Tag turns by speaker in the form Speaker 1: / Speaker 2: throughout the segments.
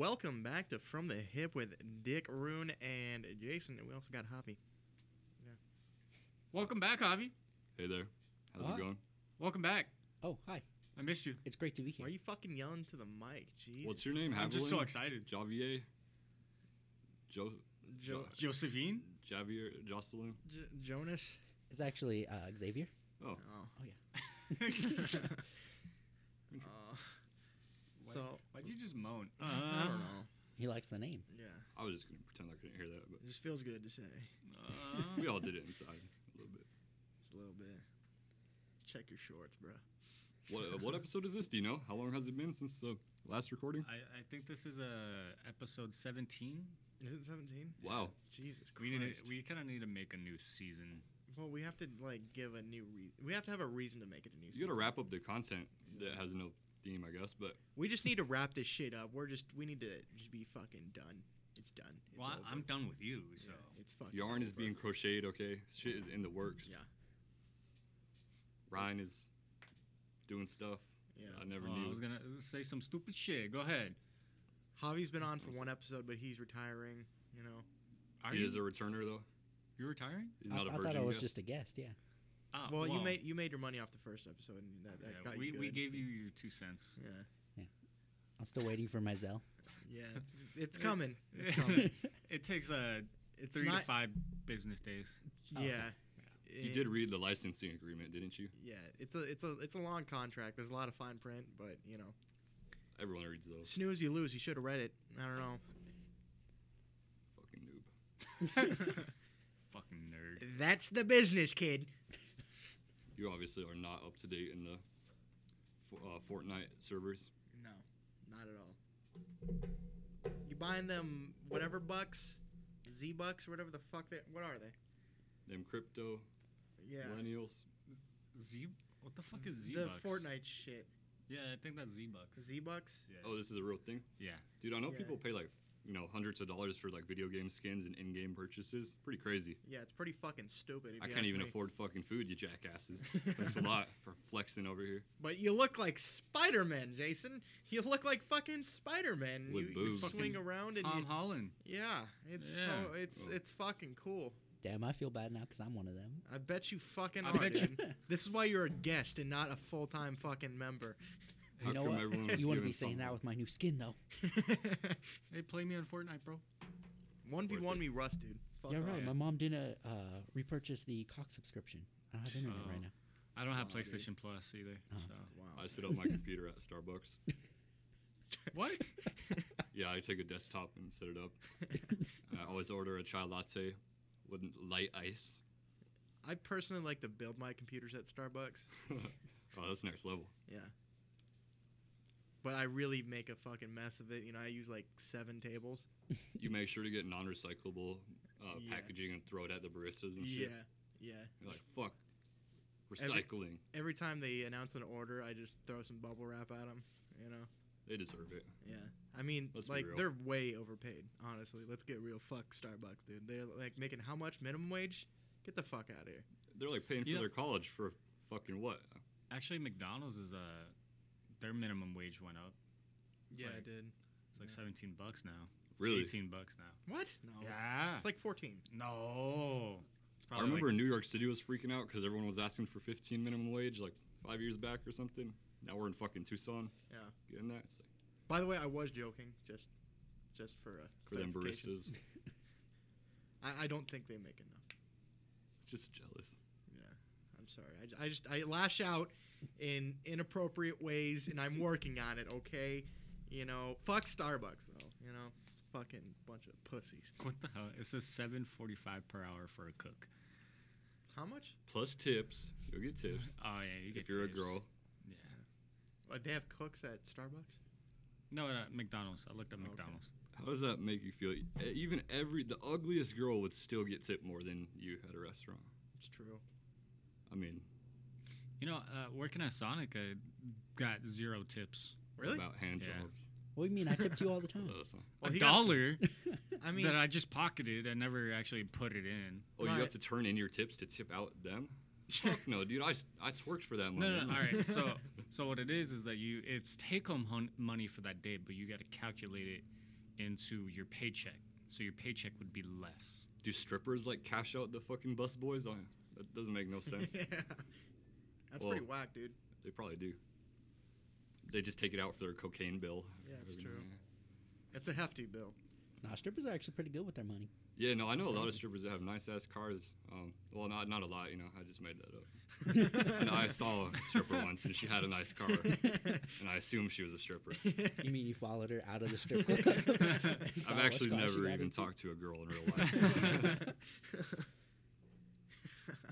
Speaker 1: Welcome back to From the Hip with Dick Rune and Jason. And we also got Hoppy.
Speaker 2: Welcome back, Javi.
Speaker 3: Hey there. How's
Speaker 4: Hi.
Speaker 3: it going?
Speaker 2: Welcome back.
Speaker 4: Oh, hi.
Speaker 2: I missed you.
Speaker 4: It's great to be
Speaker 1: Why
Speaker 4: here.
Speaker 1: are you fucking yelling to the mic? Jeez.
Speaker 3: What's your name?
Speaker 2: I'm just
Speaker 3: Haviland?
Speaker 2: so excited.
Speaker 3: Javier? Jo-
Speaker 1: Jo-
Speaker 2: Josephine?
Speaker 3: Javier? Jocelyn?
Speaker 1: J- Jonas?
Speaker 4: It's actually uh, Xavier.
Speaker 3: Oh,
Speaker 1: Oh.
Speaker 4: Oh, yeah.
Speaker 1: Uh, so,
Speaker 2: Why'd you just moan?
Speaker 1: I don't know.
Speaker 4: He likes the name.
Speaker 1: Uh, Yeah.
Speaker 3: I was just going to pretend I couldn't hear that, but
Speaker 1: It just feels good to say.
Speaker 2: Uh,
Speaker 3: we all did it inside a little bit.
Speaker 1: Just a little bit. Check your shorts, bruh.
Speaker 3: What, what episode is this? Do you know? How long has it been since the last recording?
Speaker 2: I, I think this is uh, episode 17.
Speaker 1: Is it 17?
Speaker 3: Wow.
Speaker 1: Jesus Christ.
Speaker 2: We need to, we kind of need to make a new season.
Speaker 1: well, we have to, like, give a new reason. We have to have a reason to make it a new
Speaker 3: You got
Speaker 1: season.
Speaker 3: to wrap up the content that has no theme, I guess, but
Speaker 1: We just need to wrap this shit up. We're just, we need to just be fucking done. It's done. It's
Speaker 2: well, I-
Speaker 1: over.
Speaker 2: I'm done with you,
Speaker 1: Yeah,
Speaker 2: so
Speaker 1: it's fucking.
Speaker 3: yarn is
Speaker 1: over.
Speaker 3: being crocheted, okay? Shit is in the works.
Speaker 1: Yeah.
Speaker 3: Ryan is doing stuff.
Speaker 1: Yeah.
Speaker 3: I never
Speaker 2: Oh, I
Speaker 3: knew.
Speaker 2: was gonna say some stupid shit. Go ahead.
Speaker 1: Javi's been on for one episode, but he's retiring. You know.
Speaker 2: Are
Speaker 3: He
Speaker 2: you?
Speaker 3: is a returner, though.
Speaker 2: you're retiring?
Speaker 3: He's
Speaker 4: I,
Speaker 3: not a
Speaker 4: I
Speaker 3: virgin.
Speaker 4: thought I was
Speaker 3: guess.
Speaker 4: just a guest, yeah.
Speaker 2: Ah,
Speaker 1: well, you
Speaker 2: whoa.
Speaker 1: made you made your money off the first episode, and that, that
Speaker 2: Yeah,
Speaker 1: got
Speaker 2: we,
Speaker 1: you good.
Speaker 2: we gave you your two cents.
Speaker 1: Yeah.
Speaker 4: I'm still waiting for my Zell.
Speaker 1: Yeah. It's coming. It's
Speaker 3: Oh.
Speaker 1: coming.
Speaker 2: it takes uh,
Speaker 1: It's
Speaker 2: three
Speaker 1: not-
Speaker 2: to five business days.
Speaker 1: yeah.
Speaker 3: You did read the licensing agreement, didn't you?
Speaker 1: Yeah. It's a it's a it's a long contract. There's a lot of fine print, but you know,
Speaker 3: Everyone reads those.
Speaker 1: snooze you lose. You should have read it. I don't know.
Speaker 3: Fucking noob.
Speaker 2: Fucking nerd.
Speaker 1: That's the business, kid.
Speaker 3: You obviously are not up to date in the Fo- uh, Fortnite servers.
Speaker 1: No, not at all. You buying them whatever bucks, Z bucks, whatever the fuck they. What are they?
Speaker 3: Them crypto
Speaker 1: Yeah.
Speaker 3: millennials.
Speaker 2: Z. What the fuck is Z?
Speaker 1: the Fortnite shit.
Speaker 2: Yeah, I think that's Z bucks.
Speaker 1: Z bucks.
Speaker 2: Yeah.
Speaker 3: Oh, this is a real thing,
Speaker 2: yeah.
Speaker 3: dude. I know
Speaker 1: Yeah.
Speaker 3: people pay like you know hundreds of dollars for like video game skins and in-game purchases. Pretty crazy.
Speaker 1: Yeah, it's pretty fucking stupid. if
Speaker 3: I
Speaker 1: you
Speaker 3: can't
Speaker 1: ask
Speaker 3: even
Speaker 1: me.
Speaker 3: afford fucking food, you jackasses. Thanks a lot for flexing over here.
Speaker 1: But you look like Spider Man, Jason. You look like fucking Spider Man.
Speaker 3: With
Speaker 1: you,
Speaker 3: boobs.
Speaker 1: you swing
Speaker 2: Fucking
Speaker 1: around and
Speaker 2: Tom
Speaker 1: you,
Speaker 2: Holland.
Speaker 1: yeah, it's
Speaker 2: Yeah.
Speaker 1: so
Speaker 3: Oh.
Speaker 1: it's it's fucking cool.
Speaker 4: Damn, I feel bad now because I'm one of them.
Speaker 1: I bet you fucking
Speaker 2: I
Speaker 1: are.
Speaker 2: bet you-
Speaker 1: dude. this is why you're a guest and not a full time fucking member.
Speaker 3: How
Speaker 4: you know
Speaker 3: come
Speaker 4: what?
Speaker 3: everyone was
Speaker 4: you wouldn't
Speaker 3: giving
Speaker 4: be saying
Speaker 3: Tom-
Speaker 4: that with my new skin, though.
Speaker 2: Hey, play me on Fortnite, bro.
Speaker 1: One v one
Speaker 3: it.
Speaker 1: me rust, dude. Fuck
Speaker 4: yeah,
Speaker 1: off.
Speaker 4: right.
Speaker 2: yeah.
Speaker 4: My mom didn't uh, uh, repurchase the Cox subscription. I don't have internet
Speaker 2: Oh.
Speaker 4: right now.
Speaker 2: I don't have
Speaker 1: Oh, dude.
Speaker 2: PlayStation Plus either. so.
Speaker 1: Wow.
Speaker 3: I sit on my computer at Starbucks.
Speaker 2: What?
Speaker 3: Yeah, I take a desktop and set it up. I always order a chai latte with light ice.
Speaker 1: I personally like to build my computers at Starbucks.
Speaker 3: Oh, that's next level.
Speaker 1: Yeah. But I really make a fucking mess of it. You know, I use like seven tables.
Speaker 3: You make sure to get non-recyclable uh,
Speaker 1: Yeah.
Speaker 3: packaging and throw it at the baristas and Oh, shit.
Speaker 1: Yeah. Yeah.
Speaker 3: You're like, fuck,
Speaker 1: Every-
Speaker 3: recycling.
Speaker 1: Every time they announce an order, I just throw some bubble wrap at them. You know.
Speaker 3: They deserve it.
Speaker 1: Yeah. I mean,
Speaker 3: Let's be
Speaker 1: like
Speaker 3: real.
Speaker 1: they're way overpaid. Honestly, let's get real. Fuck Starbucks, dude. They're like making how much minimum wage? Get the fuck out of here.
Speaker 3: They're like paying for
Speaker 2: Yeah.
Speaker 3: their college for fucking what?
Speaker 2: Actually, McDonald's is uh, their minimum wage went up.
Speaker 1: Yeah, Oh.
Speaker 2: Like-
Speaker 1: dude.
Speaker 2: It's like 17 bucks now.
Speaker 3: Really?
Speaker 2: 18 bucks now.
Speaker 1: What? No.
Speaker 2: Yeah.
Speaker 1: It's like 14.
Speaker 2: no. It's
Speaker 3: I
Speaker 2: probably
Speaker 3: remember
Speaker 2: Like,
Speaker 3: New York City was freaking out because everyone was asking for 15 minimum wage like five years back or something. Now we're in fucking Tucson
Speaker 1: Yeah.
Speaker 3: getting that. It's like,
Speaker 1: By the way, I was joking. Just, just for uh,
Speaker 3: for them
Speaker 1: clarification.
Speaker 3: baristas,
Speaker 1: I, I don't think they make enough.
Speaker 3: just jealous.
Speaker 1: Yeah, I'm sorry. I, j- I just I lash out in inappropriate ways, and I'm working on it. Okay, you know, fuck Starbucks though. You know, it's a fucking bunch of pussies.
Speaker 2: what the hell? It says 7.45 per hour for a cook.
Speaker 1: How much?
Speaker 3: Plus tips. You'll get tips
Speaker 2: Oh yeah, you get
Speaker 3: if you're
Speaker 2: tips.
Speaker 3: a girl.
Speaker 2: Yeah.
Speaker 1: Uh, they have cooks at Starbucks.
Speaker 2: No, no, McDonald's. I looked up
Speaker 1: okay.
Speaker 2: McDonald's.
Speaker 3: How does that make you feel? E- Even every the ugliest girl would still get tipped more than you at a restaurant.
Speaker 1: It's true.
Speaker 3: I mean,
Speaker 2: You know, uh, working at Sonic, I got zero tips.
Speaker 1: Really?
Speaker 3: about hand
Speaker 2: Yeah. Hmm.
Speaker 3: jobs.
Speaker 4: What do you mean? I tipped you all the
Speaker 3: Oh,
Speaker 4: time.
Speaker 3: that's not-
Speaker 1: Well,
Speaker 2: a
Speaker 1: he got-
Speaker 2: dollar
Speaker 1: I mean,
Speaker 2: that I just pocketed. I never actually put it in.
Speaker 3: Oh, you
Speaker 1: Right.
Speaker 3: have to turn in your tips to tip out them? Fuck no, dude. I, s- I twerked for that money.
Speaker 2: No, no. no. All right. So, so what it is is that you it's take home hun- money for that day, but you got to calculate it into your paycheck. So your paycheck would be less.
Speaker 3: Do strippers like cash out the fucking bus boys? on? That doesn't make no sense.
Speaker 1: yeah. That's
Speaker 3: Well,
Speaker 1: pretty whack, dude.
Speaker 3: they probably do. They just take it out for their cocaine bill.
Speaker 1: Yeah, it's
Speaker 3: Every
Speaker 1: true.
Speaker 3: night.
Speaker 1: It's a hefty bill.
Speaker 4: Nah, strippers are actually pretty good with their money.
Speaker 3: Yeah, no, I know a lot of strippers that have nice ass cars. Um, well, not not a lot, you know. I just made that up. and I saw a stripper once, and she had a nice car, and I assumed she was a stripper.
Speaker 4: You mean you followed her out of the strip club?
Speaker 3: I've actually never even talked to a girl in real life.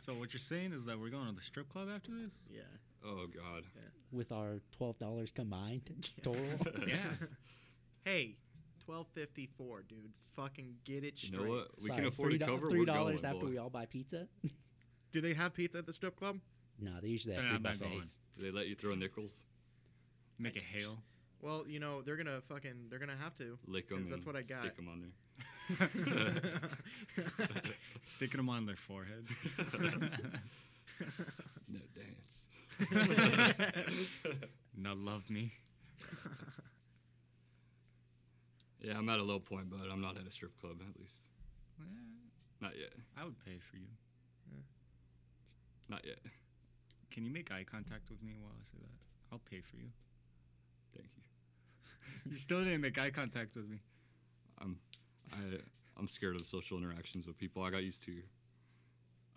Speaker 2: So what you're saying is that we're going to the strip club after this?
Speaker 1: yeah.
Speaker 3: oh God.
Speaker 4: with our twelve dollars combined total.
Speaker 2: Yeah.
Speaker 1: Hey, twelve fifty four, dude. Fucking get it
Speaker 3: You
Speaker 1: straight.
Speaker 3: know what? We
Speaker 4: Sorry,
Speaker 3: can afford
Speaker 4: three
Speaker 3: to
Speaker 4: do-
Speaker 3: cover.
Speaker 4: three
Speaker 3: we're
Speaker 4: dollars
Speaker 3: going,
Speaker 4: after
Speaker 3: boy.
Speaker 4: we all buy pizza.
Speaker 1: Do they have pizza at the strip club?
Speaker 4: no, they usually have
Speaker 2: Then
Speaker 4: free
Speaker 2: I'm not going.
Speaker 4: buffets.
Speaker 3: Do they let you throw nickels?
Speaker 2: Make a hail.
Speaker 1: Well, you know they're gonna fucking they're gonna have to.
Speaker 3: Lick them.
Speaker 1: Because that's what I got.
Speaker 3: Stick them on there.
Speaker 2: Sticking them on their forehead.
Speaker 3: No dance.
Speaker 2: now love me.
Speaker 3: Yeah, I'm at a low point, but I'm not at a strip club at least.
Speaker 2: Eh,
Speaker 3: Not yet.
Speaker 2: I would pay for you.
Speaker 3: Not yet.
Speaker 2: Can you make eye contact with me while I say that? I'll pay for you.
Speaker 3: Thank you.
Speaker 2: You still didn't make eye contact with me.
Speaker 3: I'm I I'm scared of social interactions with people. I got used to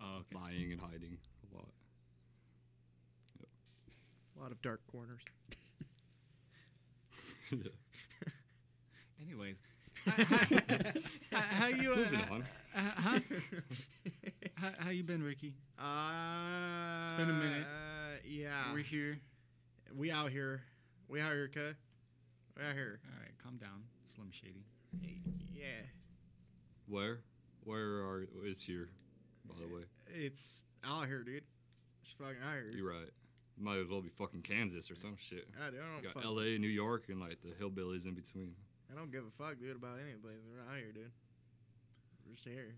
Speaker 2: Oh, okay.
Speaker 3: lying and hiding a lot.
Speaker 1: A lot of dark corners.
Speaker 2: Anyways, how, how you uh,
Speaker 3: Moving on.
Speaker 2: uh, huh? how, how you been, Ricky?
Speaker 1: Uh,
Speaker 2: been a minute.
Speaker 1: Uh,
Speaker 3: Ah.
Speaker 1: yeah.
Speaker 2: We're here.
Speaker 1: We out here. We out here, cuh. We out here.
Speaker 2: All right, calm down, Slim Shady.
Speaker 1: Yeah.
Speaker 3: Where? Where are is here? By the way,
Speaker 1: It's out here, dude. It's fucking out here.
Speaker 3: you're right. Might as well be fucking Kansas or some shit.
Speaker 1: I, dude, I
Speaker 3: You
Speaker 1: don't
Speaker 3: got
Speaker 1: fuck,
Speaker 3: L.A., New York, and like the hillbillies in between.
Speaker 1: I don't give a fuck, dude, about any place. We're out here, dude. We're just here.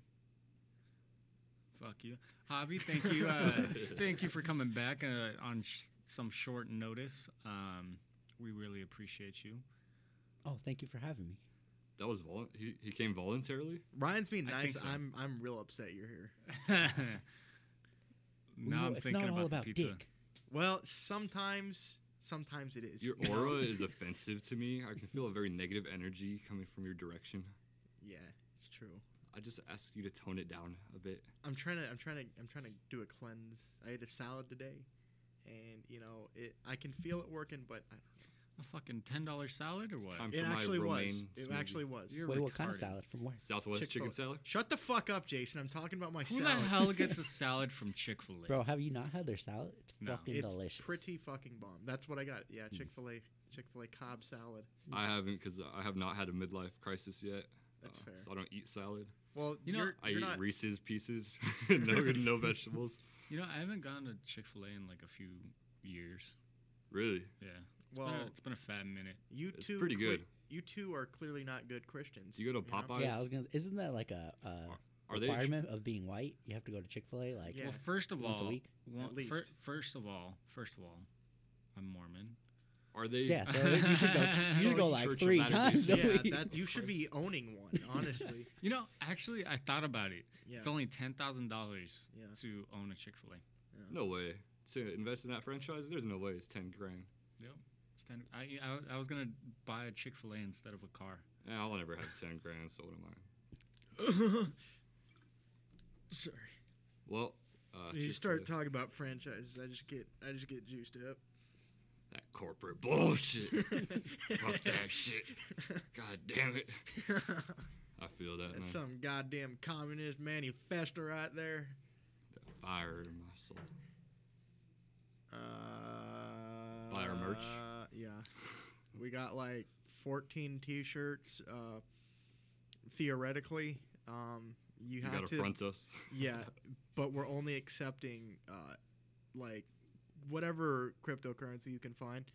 Speaker 2: Fuck you, Hobby. Thank you. Uh, thank you for coming back uh, on sh- some short notice. Um, we really appreciate you.
Speaker 4: Oh, thank you for having me.
Speaker 3: That was vol. He, he came voluntarily.
Speaker 1: Ryan's being
Speaker 2: I
Speaker 1: nice.
Speaker 2: think so.
Speaker 1: I'm I'm real upset you're here.
Speaker 4: We
Speaker 2: now
Speaker 4: know
Speaker 2: I'm
Speaker 4: it's
Speaker 2: thinking
Speaker 4: not all
Speaker 2: about,
Speaker 4: about
Speaker 2: the pizza.
Speaker 4: dick.
Speaker 1: Well, sometimes sometimes it is.
Speaker 3: Your
Speaker 1: you know?
Speaker 3: aura is offensive to me. I can feel a very negative energy coming from your direction.
Speaker 1: Yeah, it's true.
Speaker 3: I just ask you to tone it down a bit.
Speaker 1: I'm trying to I'm trying to I'm trying to do a cleanse. I ate a salad today, and you know it. I can feel it working, but I,
Speaker 2: A fucking ten dollar salad or
Speaker 3: It's
Speaker 2: what?
Speaker 3: time
Speaker 1: it
Speaker 3: for my
Speaker 1: actually was.
Speaker 3: romaine
Speaker 1: It
Speaker 3: smoothie.
Speaker 1: actually was.
Speaker 2: You're
Speaker 4: Wait, what kind of
Speaker 2: retarded.
Speaker 4: salad? From where?
Speaker 3: Southwest chicken
Speaker 1: Chick-fil-A.
Speaker 3: salad.
Speaker 1: Shut the fuck up, Jason. I'm talking about my
Speaker 2: Who
Speaker 1: salad.
Speaker 2: the hell gets a salad from Chick Fil A?
Speaker 4: Bro, have you not had their salad? It's
Speaker 2: No.
Speaker 4: fucking
Speaker 1: It's
Speaker 4: delicious.
Speaker 1: pretty fucking bomb. That's what I got. Yeah, Chick Fil A, Chick Fil A Cobb salad.
Speaker 3: I haven't because I have not had a midlife crisis yet.
Speaker 1: Mm.
Speaker 3: Uh,
Speaker 1: That's fair.
Speaker 3: So I don't eat salad.
Speaker 1: Well,
Speaker 2: You
Speaker 1: you
Speaker 2: know-
Speaker 1: know, you're,
Speaker 3: I
Speaker 1: you're
Speaker 3: eat
Speaker 1: not.
Speaker 3: Reese's pieces. no, no vegetables.
Speaker 2: You know, I haven't gone to Chick Fil A in like a few years.
Speaker 3: Really?
Speaker 2: Yeah. It's been a-
Speaker 1: well,
Speaker 2: it's been a fat minute.
Speaker 1: you
Speaker 3: It's
Speaker 1: two.
Speaker 3: pretty
Speaker 1: cle-
Speaker 3: good.
Speaker 1: You two are clearly not good Christians.
Speaker 3: Do you go to
Speaker 1: know?
Speaker 3: Popeyes?
Speaker 4: Yeah, I was gonna. Isn't that like a, a
Speaker 3: Are they?
Speaker 4: requirement of being white? You have to go to Chick Fil A. Like,
Speaker 1: Yeah.
Speaker 2: Well, first of
Speaker 4: Once a
Speaker 2: all,
Speaker 4: week,
Speaker 2: one-
Speaker 1: at least.
Speaker 2: fir- first of all, first of all, I'm Mormon.
Speaker 3: Are they?
Speaker 4: yeah. So you should go. You
Speaker 3: So
Speaker 4: should go
Speaker 3: you
Speaker 4: like
Speaker 3: Church of
Speaker 4: three
Speaker 3: Latter-day
Speaker 4: times. a
Speaker 1: Yeah,
Speaker 4: week.
Speaker 1: that you should be owning one. Honestly,
Speaker 2: You know, actually, I thought about it.
Speaker 1: yeah.
Speaker 2: It's only ten thousand dollars
Speaker 1: Yeah.
Speaker 2: to own a Chick Fil A.
Speaker 3: No way. To invest in that franchise, there's no way it's ten grand.
Speaker 2: It's ten. I, I I was gonna buy a Chick Fil A instead of a car.
Speaker 3: Eh, I'll never have ten grand, so what am I?
Speaker 1: Sorry.
Speaker 3: Well, uh,
Speaker 1: You
Speaker 3: Chick-fil-A.
Speaker 1: start talking about franchises, I just get I just get juiced up.
Speaker 3: that corporate bullshit. Fuck that shit. God damn it. I feel that. Man.
Speaker 1: That's some goddamn communist manifesto right there.
Speaker 3: that fire in my soul.
Speaker 1: Uh,
Speaker 3: Buy our merch.
Speaker 1: Yeah, we got like 14 t-shirts. Uh, theoretically, um, you,
Speaker 3: You,
Speaker 1: have
Speaker 3: gotta
Speaker 1: to.
Speaker 3: front us.
Speaker 1: Yeah, but we're only accepting uh, like whatever cryptocurrency you can find.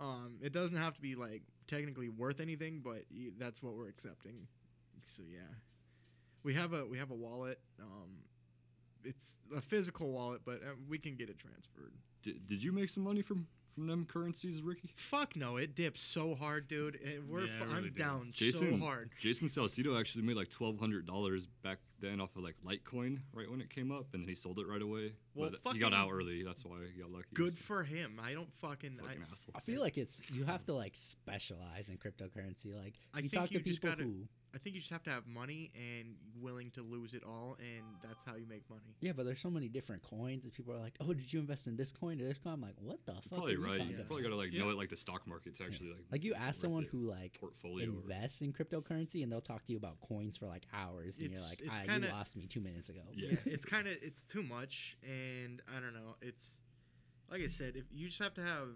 Speaker 1: Um, it doesn't have to be like technically worth anything, but y- that's what we're accepting. So yeah, we have a we have a wallet. Um, it's a physical wallet, but uh, we can get it transferred.
Speaker 3: Did, did you make some money from from them currencies, Ricky?
Speaker 1: Fuck no, it dips so hard, dude. and We're
Speaker 2: Yeah, it
Speaker 1: fu-
Speaker 2: really
Speaker 1: I'm
Speaker 2: did.
Speaker 1: down
Speaker 3: Jason
Speaker 1: so hard.
Speaker 3: Jason Salcido actually made like twelve hundred dollars back then off of like Litecoin right when it came up, and then he sold it right away.
Speaker 1: Well,
Speaker 3: but he got
Speaker 1: fucking
Speaker 3: out early. That's why he got lucky.
Speaker 1: Good
Speaker 3: so
Speaker 1: for him. I don't fucking. I,
Speaker 3: fucking asshole.
Speaker 4: I feel like it's you have to like specialize in cryptocurrency. Like
Speaker 1: I
Speaker 4: if you
Speaker 1: think
Speaker 4: talk
Speaker 1: you
Speaker 4: to
Speaker 1: just
Speaker 4: people
Speaker 1: gotta-
Speaker 4: who
Speaker 1: I think you just have to have money and willing to lose it all, and that's how you make money.
Speaker 4: yeah, but there's so many different coins that people are like, oh, did you invest in this coin or this coin? I'm like, what the
Speaker 3: You're
Speaker 4: fuck? are
Speaker 3: probably
Speaker 4: you
Speaker 3: right.
Speaker 4: talking
Speaker 3: You
Speaker 1: yeah.
Speaker 4: about?"
Speaker 3: probably gotta like
Speaker 2: Yeah.
Speaker 3: know it like the stock market's actually like
Speaker 4: Like you
Speaker 3: worth
Speaker 4: ask someone
Speaker 3: it.
Speaker 4: who like
Speaker 3: portfolio. or-
Speaker 4: invests in cryptocurrency and they'll talk to you about coins for like hours, and
Speaker 1: It's-
Speaker 4: you're like,
Speaker 1: it's
Speaker 4: ah,
Speaker 1: kinda-
Speaker 4: you lost me two minutes ago.
Speaker 3: Yeah.
Speaker 1: yeah it's kind of it's too much and i don't know it's like i said if you just have to have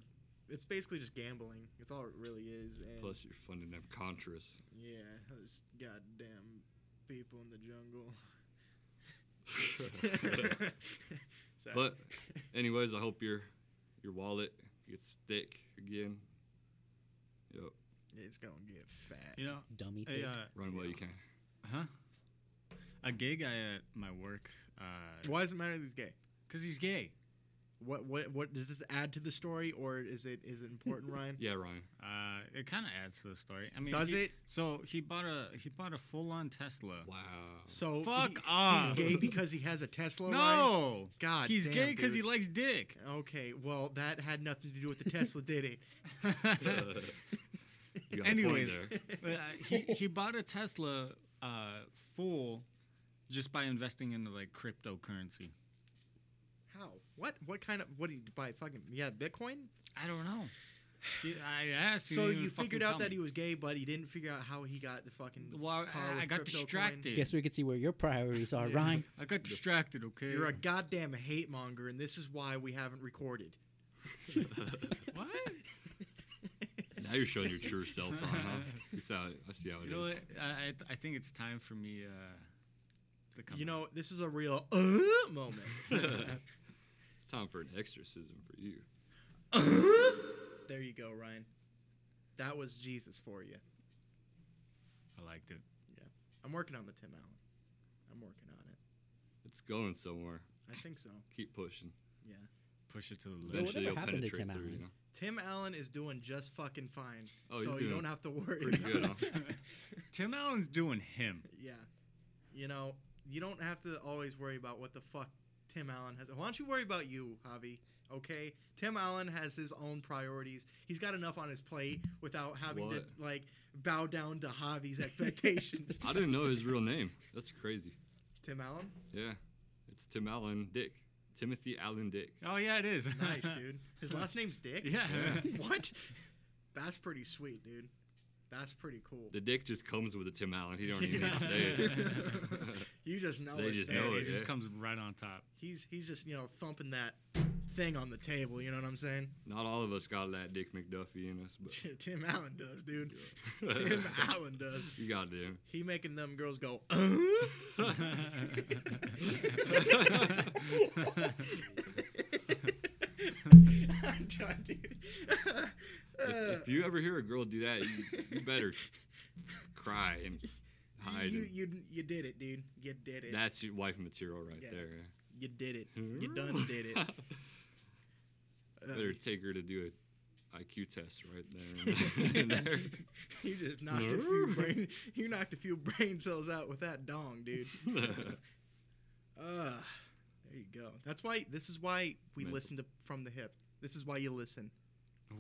Speaker 1: it's basically just gambling it's all it really is and
Speaker 3: Plus, you're funding them contras.
Speaker 1: yeah those goddamn people in the jungle Sorry.
Speaker 3: But- Anyways, I hope your your wallet gets thick again. Yep,
Speaker 1: it's gonna get fat
Speaker 2: You know,
Speaker 4: Dummy.
Speaker 2: a,
Speaker 4: pig.
Speaker 2: uh,
Speaker 3: run while you can.
Speaker 2: huh? A gay guy at my work, because
Speaker 1: why does it matter that he's gay
Speaker 2: he's gay.
Speaker 1: what what what does this add to the story or is it is it important ryan
Speaker 3: Yeah, Ryan.
Speaker 2: Uh, it kind of adds to the story. I mean,
Speaker 1: Does
Speaker 2: he-
Speaker 1: it?
Speaker 2: So he bought a he bought a full on Tesla.
Speaker 3: Wow.
Speaker 1: so
Speaker 2: Fuck
Speaker 1: he-
Speaker 2: off.
Speaker 1: he's gay because he has a tesla Ryan?
Speaker 2: No,
Speaker 1: God
Speaker 2: he's
Speaker 1: damn,
Speaker 2: gay because he
Speaker 1: dude.
Speaker 2: likes dick.
Speaker 1: okay well that had nothing to do with the tesla did it
Speaker 3: You got a point
Speaker 2: Anyways,
Speaker 3: there.
Speaker 2: but, uh, he he bought a Tesla uh, full just by investing into like cryptocurrency.
Speaker 1: How? What? What kind of? What do you buy? Fucking yeah, Bitcoin.
Speaker 2: I don't know. He- I asked. he
Speaker 1: So
Speaker 2: didn't even
Speaker 1: you
Speaker 2: fucking
Speaker 1: figured out
Speaker 2: tell
Speaker 1: that
Speaker 2: me.
Speaker 1: he was gay, but he didn't figure out how he got the fucking.
Speaker 2: Well,
Speaker 1: car
Speaker 2: I,
Speaker 1: with
Speaker 2: I got
Speaker 1: crypto coin.
Speaker 2: distracted.
Speaker 4: Guess we could see where your priorities are,
Speaker 1: Yeah.
Speaker 4: Ryan.
Speaker 2: I got distracted. Okay.
Speaker 1: You're a goddamn hate monger, and this is why we haven't recorded.
Speaker 2: what?
Speaker 3: now you're showing your true self, Ryan. Huh? You see how, I see how it is.
Speaker 2: You know what? I I, th- I think it's time for me uh, to come.
Speaker 1: you
Speaker 2: out.
Speaker 1: know, this is a real uh, moment.
Speaker 3: It's time for an exorcism for you.
Speaker 1: there you go, Ryan. That was Jesus for you.
Speaker 2: I liked it.
Speaker 1: I'm working on the Tim Allen. I'm working on it.
Speaker 3: It's going somewhere.
Speaker 1: I think so.
Speaker 3: Keep pushing.
Speaker 1: Yeah.
Speaker 2: Push it to the limit.
Speaker 4: whatever
Speaker 3: Eventually, you'll
Speaker 4: happened to
Speaker 3: penetrate
Speaker 4: Tim
Speaker 3: through. You
Speaker 4: Allen?
Speaker 3: know,
Speaker 1: Tim Allen is doing just fucking fine.
Speaker 3: Oh, he's
Speaker 1: so you
Speaker 3: doing
Speaker 1: don't have to worry.
Speaker 3: pretty good. Huh?
Speaker 2: Tim Allen's doing him.
Speaker 1: Yeah. You know, you don't have to always worry about what the fuck Tim Allen has. Why don't you worry about you, Javi? Okay? Tim Allen has his own priorities. He's got enough on his plate without having
Speaker 3: What?
Speaker 1: to, like, bow down to Javi's expectations.
Speaker 3: I didn't know his real name. That's crazy.
Speaker 1: Tim Allen?
Speaker 3: Yeah, it's Tim Allen Dick. Timothy Allen Dick.
Speaker 2: Oh yeah, it is.
Speaker 1: Nice, dude. His last name's Dick?
Speaker 2: yeah.
Speaker 3: Yeah.
Speaker 1: What? That's pretty sweet, dude. That's pretty cool.
Speaker 3: The dick just comes with a Tim Allen. He don't even need to say it.
Speaker 1: you just know
Speaker 3: They
Speaker 1: it's
Speaker 3: just
Speaker 1: there,
Speaker 3: know
Speaker 2: it
Speaker 1: dude.
Speaker 3: it,
Speaker 2: just
Speaker 3: yeah.
Speaker 2: comes right on top.
Speaker 1: He's he's just, you know, thumping that thing on the table, you know what I'm saying?
Speaker 3: Not all of us got that Dick McDuffie in us, but
Speaker 1: Tim Allen does, dude.
Speaker 3: Yeah.
Speaker 1: Tim Allen does.
Speaker 3: you got him.
Speaker 1: He making them girls go. "Uh?" I'm done, dude.
Speaker 3: If,
Speaker 1: Uh,
Speaker 3: if you ever hear a girl do that, you, you better cry and hide.
Speaker 1: you,
Speaker 3: and-
Speaker 1: you you did it, dude. You did it.
Speaker 3: that's your wife material right
Speaker 1: Yeah.
Speaker 3: there.
Speaker 1: you did it.
Speaker 3: yeah.
Speaker 1: You done did it. Uh,
Speaker 3: better take her to do a IQ test right there. in there.
Speaker 1: you just knocked a few brain. You knocked a few brain cells out with that dong, dude. Uh, there you go. That's why. This is why we
Speaker 3: Mental.
Speaker 1: listen to from the hip. This is why you listen.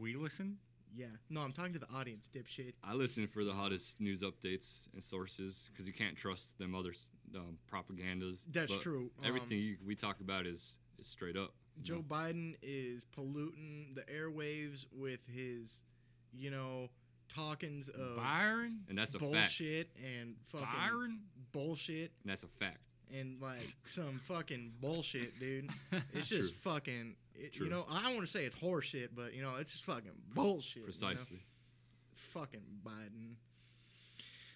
Speaker 2: We listen.
Speaker 1: Yeah. No, I'm talking to the audience, dipshit.
Speaker 3: I listen for the hottest news updates and sources because you can't trust them other s- um, propagandas.
Speaker 1: That's
Speaker 3: but
Speaker 1: true. Um,
Speaker 3: Everything you, we talk about is, is straight up. you
Speaker 1: Joe
Speaker 3: know?
Speaker 1: Biden is polluting the airwaves with his, you know, talkings of
Speaker 2: Byron.
Speaker 3: and that's a fact. And
Speaker 1: bullshit and Oh. fucking
Speaker 2: Byron.
Speaker 1: bullshit
Speaker 3: that's a fact.
Speaker 1: and like some fucking bullshit, dude. It's just fucking, it, you
Speaker 3: True.
Speaker 1: know, I want to say it's horseshit, but you know, it's just fucking bullshit. you know?
Speaker 3: Precisely.
Speaker 1: Fucking Biden.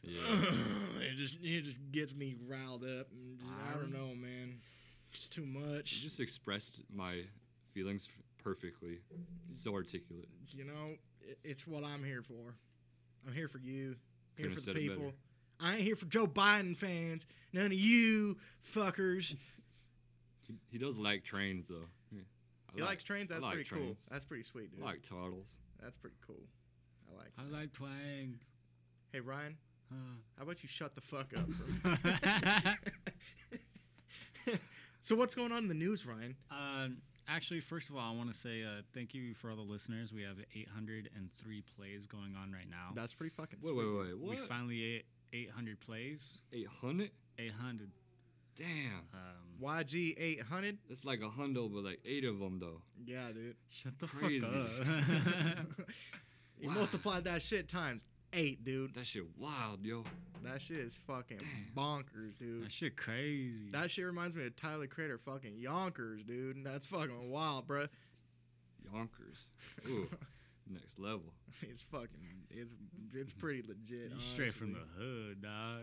Speaker 3: Yeah.
Speaker 1: it just it just gets me riled up. And just- I don't know, man. It's too
Speaker 3: You
Speaker 1: much.
Speaker 3: just expressed my feelings f- perfectly. So articulate.
Speaker 1: you know, it, it's what I'm here for. I'm here for you. Here
Speaker 3: Couldn't
Speaker 1: for
Speaker 3: have
Speaker 1: the
Speaker 3: said it
Speaker 1: people.
Speaker 3: better.
Speaker 1: I ain't here for Joe Biden fans. None of you fuckers.
Speaker 3: He, he does like trains, though. Yeah, I
Speaker 1: He likes trains.
Speaker 3: I
Speaker 1: That's
Speaker 3: like
Speaker 1: pretty
Speaker 3: trains.
Speaker 1: cool. That's pretty sweet, dude.
Speaker 3: I like turtles.
Speaker 1: That's pretty cool. I like.
Speaker 2: I like twang.
Speaker 1: Hey Ryan,
Speaker 2: Huh.
Speaker 1: how about you shut the fuck up? For a minute? so what's going on in the news, Ryan?
Speaker 2: Um, actually, first of all, I want to say uh, thank you for all the listeners. We have 803 plays going on right now.
Speaker 1: That's pretty fucking.
Speaker 3: Wait,
Speaker 1: sweet.
Speaker 3: wait, wait.
Speaker 2: we
Speaker 3: What?
Speaker 2: finally hit 800 plays.
Speaker 3: Eight hundred?
Speaker 2: 800.
Speaker 3: Damn.
Speaker 2: Um,
Speaker 1: YG eight hundred.
Speaker 3: That's like a hundo, but like eight of them though.
Speaker 1: Yeah, dude.
Speaker 2: shut the
Speaker 3: Crazy.
Speaker 2: fuck up.
Speaker 1: You
Speaker 3: Wow.
Speaker 1: multiplied that shit times eight, dude.
Speaker 3: That shit wild, yo.
Speaker 1: That shit is fucking
Speaker 3: Damn.
Speaker 1: bonkers, dude.
Speaker 2: that shit crazy.
Speaker 1: That shit reminds me of Tyler Crater fucking Yonkers, dude. That's fucking wild, bruh.
Speaker 3: Yonkers. Ooh, next level.
Speaker 1: It's fucking. It's it's pretty legit.
Speaker 2: you straight from
Speaker 1: honestly.
Speaker 2: the hood, dog.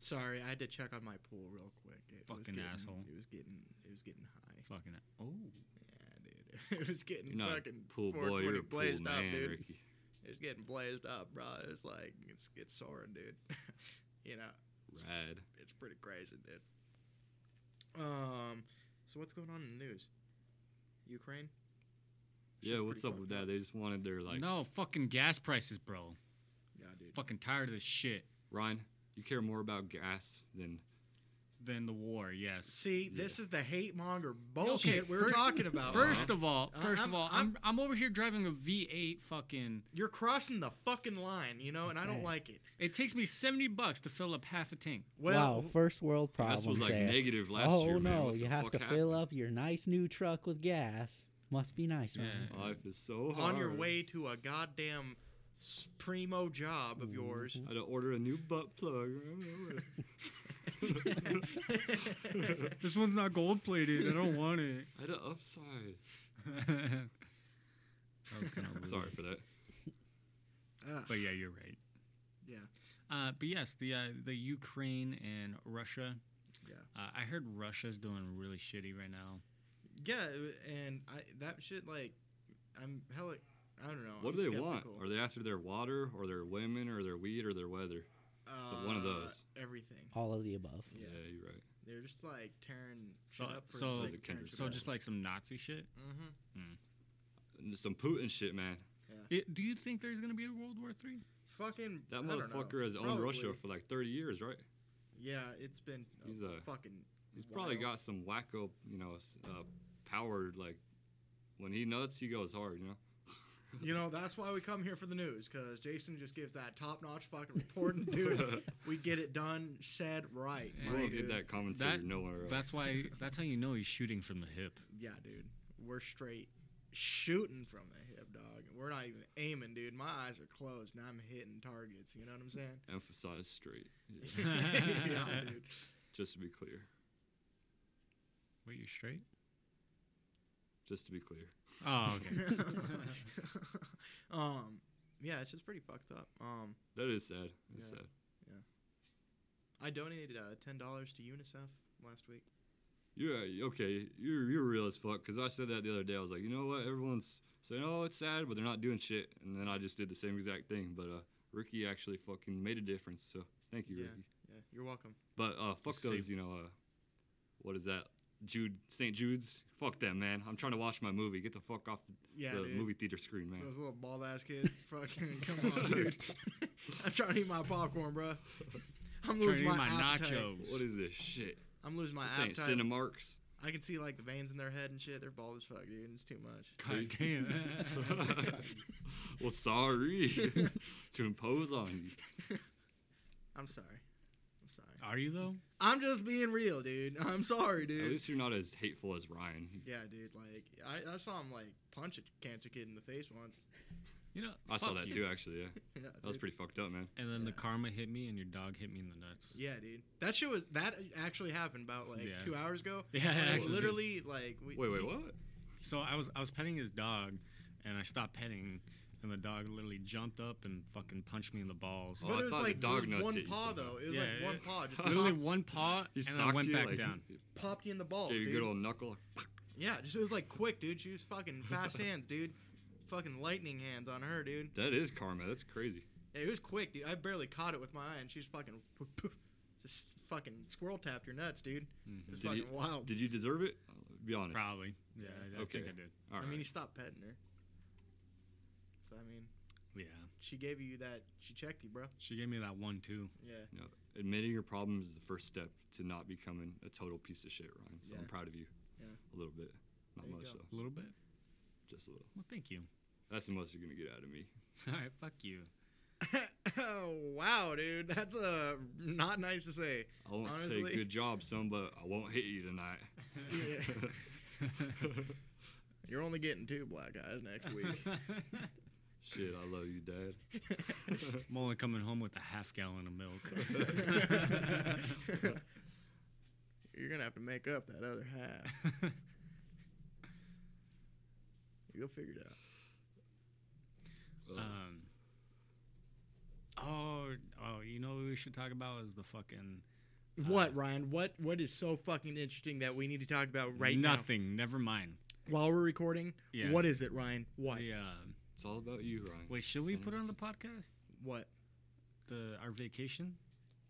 Speaker 1: Sorry, I had to check on my pool real quick. It was
Speaker 2: Fucking
Speaker 1: getting-
Speaker 2: asshole.
Speaker 1: It was getting it was getting high.
Speaker 2: Fucking. Oh.
Speaker 1: Yeah, dude. It was getting
Speaker 3: You're not a
Speaker 1: fucking
Speaker 3: pool boy.
Speaker 1: 420
Speaker 3: You're a pool
Speaker 1: blazed
Speaker 3: man,
Speaker 1: up, dude.
Speaker 3: Ricky.
Speaker 1: It was getting blazed up, bro. It was like it's it's soaring, dude. you know,
Speaker 3: Rad.
Speaker 1: it's pretty crazy, dude. Um, so what's going on in the news? Ukraine.
Speaker 3: Yeah,
Speaker 1: Shit's
Speaker 3: what's
Speaker 1: pretty
Speaker 3: up with
Speaker 1: fucked
Speaker 3: that? They just wanted their like
Speaker 2: no, fucking gas prices, bro.
Speaker 1: Yeah, dude.
Speaker 2: Fucking tired of this shit.
Speaker 3: Ryan. You care more about gas than
Speaker 2: Than the war, yes.
Speaker 1: See, this is the hate monger bullshit we were
Speaker 2: fir-
Speaker 1: talking about.
Speaker 2: First
Speaker 3: Uh-huh.
Speaker 1: man.
Speaker 2: of all,
Speaker 1: Uh,
Speaker 2: 1st
Speaker 1: I'm-
Speaker 2: of all,
Speaker 1: I'm-
Speaker 2: I'm, I'm over here driving a V8 fucking.
Speaker 1: you're crossing the fucking line, you know, and I don't
Speaker 4: Okay.
Speaker 1: like it.
Speaker 2: It takes me 70 bucks to fill up half a tank.
Speaker 1: Well,
Speaker 4: wow, first world
Speaker 3: gas
Speaker 4: problems
Speaker 3: was like
Speaker 4: there.
Speaker 3: negative last
Speaker 4: oh
Speaker 3: year. man.
Speaker 4: no,
Speaker 3: What
Speaker 4: you
Speaker 3: the
Speaker 4: have
Speaker 3: fuck
Speaker 4: to
Speaker 3: happened?
Speaker 4: fill up your nice new truck with gas. Must be nice,
Speaker 2: Yeah.
Speaker 4: right?
Speaker 3: Life is so hard.
Speaker 1: on your way to a goddamn s- primo job of yours.
Speaker 3: I had to order a new butt plug.
Speaker 2: This one's not gold plated. I don't want it.
Speaker 3: I had to upsize.
Speaker 2: that was kind of
Speaker 3: Sorry for that.
Speaker 1: Ugh.
Speaker 2: But yeah, you're right.
Speaker 1: Uh, yeah,
Speaker 2: Uh, but yes, the uh, the Ukraine and Russia.
Speaker 1: yeah,
Speaker 2: Uh, I heard Russia's doing really shitty right now.
Speaker 1: yeah, and I that shit like I'm hella. I don't know.
Speaker 3: What
Speaker 1: I'm
Speaker 3: do they want?
Speaker 1: skeptical.
Speaker 3: Are they after their water, or their women, or their weed, or their weather? so one of
Speaker 1: Uh,
Speaker 3: those.
Speaker 1: Everything.
Speaker 4: All of the above.
Speaker 1: Yeah.
Speaker 3: you're right.
Speaker 1: They're just like tearing
Speaker 2: So-
Speaker 1: shit up for
Speaker 2: so-
Speaker 1: the
Speaker 2: Those
Speaker 1: sake
Speaker 2: are
Speaker 1: of
Speaker 3: the
Speaker 1: tearing
Speaker 3: kindred
Speaker 1: shit
Speaker 2: So
Speaker 1: up.
Speaker 2: just like some Nazi shit.
Speaker 1: Mhm.
Speaker 3: And Some Putin shit, man.
Speaker 2: It, do you think there's gonna be a World War Three?
Speaker 1: Fucking
Speaker 3: That
Speaker 1: I don't know.
Speaker 3: motherfucker has owned Russia
Speaker 1: Probably.
Speaker 3: for like 30 years, right?
Speaker 1: Yeah, it's been a
Speaker 3: He's a-
Speaker 1: fucking.
Speaker 3: He's probably
Speaker 1: wild.
Speaker 3: got some wacko, you know, s- uh, powered like. When he nuts, he goes hard, you know.
Speaker 1: You know that's why we come here for the news because Jason just gives that top-notch fucking reporting, dude. we get it done, said right.
Speaker 2: Yeah.
Speaker 3: I
Speaker 1: my
Speaker 3: don't
Speaker 1: dude.
Speaker 3: get that commentary
Speaker 2: That-
Speaker 3: nowhere else.
Speaker 2: That's why. That's how you know he's shooting from the hip.
Speaker 1: Yeah, dude. We're straight shooting from the hip, dog. We're not even aiming, dude. My eyes are closed and I'm hitting targets. You know what I'm saying?
Speaker 3: emphasize straight. Yeah,
Speaker 1: yeah, dude.
Speaker 3: just to be clear.
Speaker 2: Wait, you're straight?
Speaker 3: Just to be clear.
Speaker 2: Oh, okay.
Speaker 1: um, yeah, it's just pretty fucked up. Um,
Speaker 3: That is sad. That's
Speaker 1: Yeah.
Speaker 3: sad.
Speaker 1: I donated uh, ten dollars to UNICEF last week.
Speaker 3: You're uh, okay. You're you're real as fuck. Cause I said that the other day. I was like, you know what? Everyone's saying, oh, it's sad, but they're not doing shit. And then I just did the same exact thing. But uh, Ricky actually fucking made a difference. So thank you,
Speaker 1: Yeah.
Speaker 3: Ricky.
Speaker 1: Yeah, you're welcome.
Speaker 3: But uh, fuck
Speaker 2: Same.
Speaker 3: those. You know, uh, what is that? Jude St. Jude's. Fuck them, man. I'm trying to watch my movie. Get the fuck off the,
Speaker 1: Yeah,
Speaker 3: the
Speaker 1: dude.
Speaker 3: movie theater screen, man.
Speaker 1: Those little bald ass kids, fucking come on, dude. I'm trying to eat my popcorn, bro. I'm
Speaker 2: Trying to
Speaker 1: losing
Speaker 2: eat
Speaker 1: my,
Speaker 2: my
Speaker 1: appetite.
Speaker 2: nachos.
Speaker 3: What is this shit?
Speaker 1: I'm losing my
Speaker 3: This ain't
Speaker 1: appetite.
Speaker 3: Cinemarks.
Speaker 1: I can see like the veins in their head and shit. They're bald as fuck, dude. It's too much.
Speaker 2: God damn.
Speaker 3: well, sorry to impose on you.
Speaker 1: I'm sorry. I'm sorry.
Speaker 2: Are you though?
Speaker 1: I'm just being real, dude. I'm sorry,
Speaker 3: At
Speaker 1: dude.
Speaker 3: least you're not as hateful as Ryan. He-
Speaker 1: Yeah, dude. Like I, I saw him like punch a cancer kid in the face once.
Speaker 2: You know.
Speaker 3: I saw
Speaker 2: fuck
Speaker 3: that
Speaker 2: you.
Speaker 3: too, actually. Yeah,
Speaker 1: Yeah,
Speaker 3: that was
Speaker 1: dude.
Speaker 3: pretty fucked up, man.
Speaker 2: And then the
Speaker 1: Yeah.
Speaker 2: karma hit me, and your dog hit me in the nuts.
Speaker 1: Yeah, dude. That shit was that actually happened about like
Speaker 2: Yeah.
Speaker 1: two hours ago.
Speaker 2: Yeah,
Speaker 1: Like,
Speaker 2: actually.
Speaker 1: literally, like we,
Speaker 3: Wait, wait,
Speaker 1: he-
Speaker 3: what?
Speaker 2: So I was I was petting his dog, and I stopped petting, and the dog literally jumped up and fucking punched me in the balls.
Speaker 3: Oh,
Speaker 1: But
Speaker 3: I
Speaker 1: it was
Speaker 3: thought the
Speaker 1: like
Speaker 3: dog
Speaker 1: it was
Speaker 3: nuts
Speaker 1: one
Speaker 3: hit you
Speaker 1: paw
Speaker 3: somehow.
Speaker 1: though. It was
Speaker 2: Yeah,
Speaker 1: like
Speaker 2: yeah.
Speaker 1: one paw just
Speaker 2: literally
Speaker 1: pop,
Speaker 2: one paw,
Speaker 3: He
Speaker 2: and
Speaker 3: socked
Speaker 2: I went
Speaker 3: you,
Speaker 2: back
Speaker 3: like,
Speaker 2: down.
Speaker 1: popped you in the balls,
Speaker 3: Gave you
Speaker 1: Oh,
Speaker 3: a
Speaker 1: dude.
Speaker 3: good old knuckle.
Speaker 1: yeah, just it was like quick, dude. She was fucking fast hands, dude. Fucking lightning hands on her, dude.
Speaker 3: That is karma. That's crazy.
Speaker 1: Yeah, it was quick, dude. I barely caught it with my eye, and she's fucking just fucking squirrel tapped your nuts, dude. It was
Speaker 3: Mm-hmm. Did
Speaker 1: fucking
Speaker 3: you-
Speaker 1: wild.
Speaker 3: Did you deserve it? Be honest.
Speaker 2: Probably. Yeah, I, I
Speaker 3: Okay.
Speaker 2: think I did.
Speaker 3: All
Speaker 1: I mean, he
Speaker 3: right.
Speaker 1: stopped petting her. So I mean,
Speaker 2: Yeah.
Speaker 1: she gave you that. She checked you, bro.
Speaker 2: She gave me that one too.
Speaker 1: Yeah.
Speaker 3: You know, admitting your problems is the first step to not becoming a total piece of shit, Ryan. So I'm
Speaker 1: Yeah.
Speaker 3: proud of you.
Speaker 1: Yeah.
Speaker 3: A little bit. Not
Speaker 1: There you
Speaker 3: much
Speaker 1: go.
Speaker 3: though.
Speaker 2: A little bit.
Speaker 3: Just a little.
Speaker 2: Well, thank you.
Speaker 3: That's the most you're gonna get out of me.
Speaker 2: All right, fuck you.
Speaker 1: oh, wow, dude, that's uh, not nice to say.
Speaker 3: I won't
Speaker 1: Honestly.
Speaker 3: say good job, son, but I won't hit you tonight.
Speaker 1: Yeah. You're only getting two black eyes next week.
Speaker 3: Shit, I love you, Dad.
Speaker 2: I'm only coming home with a half gallon of milk.
Speaker 1: You're gonna have to make up that other half. You'll figure it out.
Speaker 3: Ugh.
Speaker 2: um. Oh, oh, you know what we should talk about is the fucking Uh,
Speaker 1: What, Ryan? What what is so fucking interesting that we need to talk about right
Speaker 2: nothing. Never mind.
Speaker 1: now while we're recording?
Speaker 2: Yeah.
Speaker 1: What is it, Ryan? What?
Speaker 2: The, uh,
Speaker 3: it's all about you, Ryan.
Speaker 2: wait, should we
Speaker 3: son.
Speaker 2: put it on the podcast?
Speaker 1: What?
Speaker 2: The our vacation?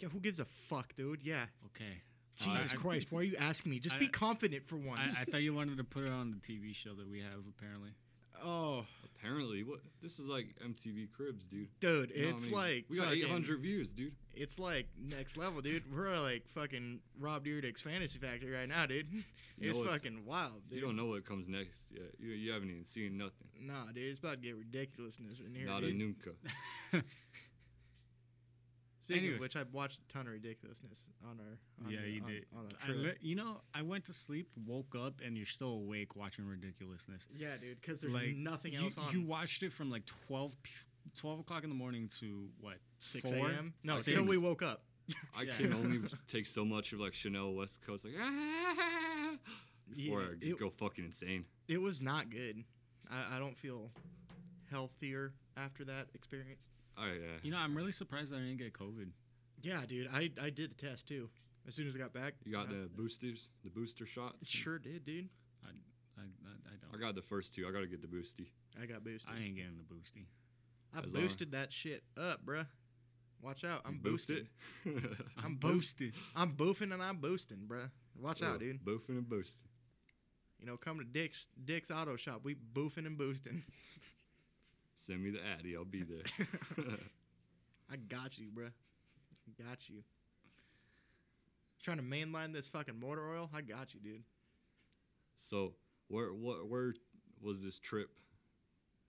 Speaker 1: Yeah, who gives a fuck, dude? Yeah.
Speaker 2: Okay. Uh,
Speaker 1: Jesus
Speaker 2: I-
Speaker 1: Christ, why are you asking me? Just
Speaker 2: I-
Speaker 1: be confident for
Speaker 2: I,
Speaker 1: once.
Speaker 2: I thought you wanted to put it on the TV show that we have apparently.
Speaker 1: oh,
Speaker 3: Apparently, what this is like MTV Cribs, dude.
Speaker 1: dude,
Speaker 3: You know what I
Speaker 1: it's
Speaker 3: mean?
Speaker 1: like
Speaker 3: we got
Speaker 1: fucking-
Speaker 3: 800 views, dude.
Speaker 1: It's like next level, dude. We're like fucking Rob Dyrdek's Fantasy Factory right now, dude.
Speaker 3: You
Speaker 1: It's
Speaker 3: know what's-
Speaker 1: fucking wild, dude.
Speaker 3: You don't know what comes next yet. You, you haven't even seen nothing.
Speaker 1: Nah, dude, it's about to get ridiculousness in here.
Speaker 3: Not a
Speaker 1: dude.
Speaker 3: nunca.
Speaker 1: Speaking
Speaker 2: Anyways.
Speaker 1: of which, I watched a ton of ridiculousness on our. On
Speaker 2: yeah,
Speaker 1: the-
Speaker 2: you
Speaker 1: on-
Speaker 2: did.
Speaker 1: On the
Speaker 2: I
Speaker 1: trip.
Speaker 2: li- you know, I went to sleep, woke up, and you're still awake watching ridiculousness.
Speaker 1: yeah, dude, because there's
Speaker 2: like
Speaker 1: nothing
Speaker 2: you,
Speaker 1: else on.
Speaker 2: You watched it from like 12, p- 12 o'clock in the morning to what
Speaker 1: 6
Speaker 2: 4?
Speaker 1: a.m. No,
Speaker 2: Six.
Speaker 1: until we woke up.
Speaker 3: I
Speaker 2: Yeah.
Speaker 3: can only take so much of like Chanel West Coast, like ah, before
Speaker 1: Yeah,
Speaker 3: I
Speaker 1: it-
Speaker 3: go fucking insane.
Speaker 1: It was not good. I, I don't feel healthier after that experience.
Speaker 3: Oh yeah.
Speaker 2: You know, I'm really surprised that I didn't get COVID.
Speaker 1: Yeah, dude, I, I did a test too. As soon as I got back,
Speaker 3: You got
Speaker 1: I-
Speaker 3: the boosters, the booster shots.
Speaker 1: Sure did, dude.
Speaker 2: I, I, I don't.
Speaker 3: I got the first two. I gotta get the boosty.
Speaker 1: I got boosted.
Speaker 2: I ain't getting the boosty.
Speaker 1: I
Speaker 3: As long-
Speaker 1: boosted that shit up, bruh. Watch out. I'm
Speaker 3: You boofed
Speaker 1: boosted.
Speaker 3: it.
Speaker 1: I'm boosted.
Speaker 2: boosted.
Speaker 1: I'm boofing and I'm boosting, bruh. Watch
Speaker 3: Oh,
Speaker 1: out, dude.
Speaker 3: Boofing and boosting.
Speaker 1: You know, come to Dick's Dick's Auto Shop. We boofing and boosting.
Speaker 3: Send me the addy. I'll be there.
Speaker 1: I got you, bruh. Got you. Trying to mainline this fucking motor oil? I got you, dude.
Speaker 3: So where what where was this trip?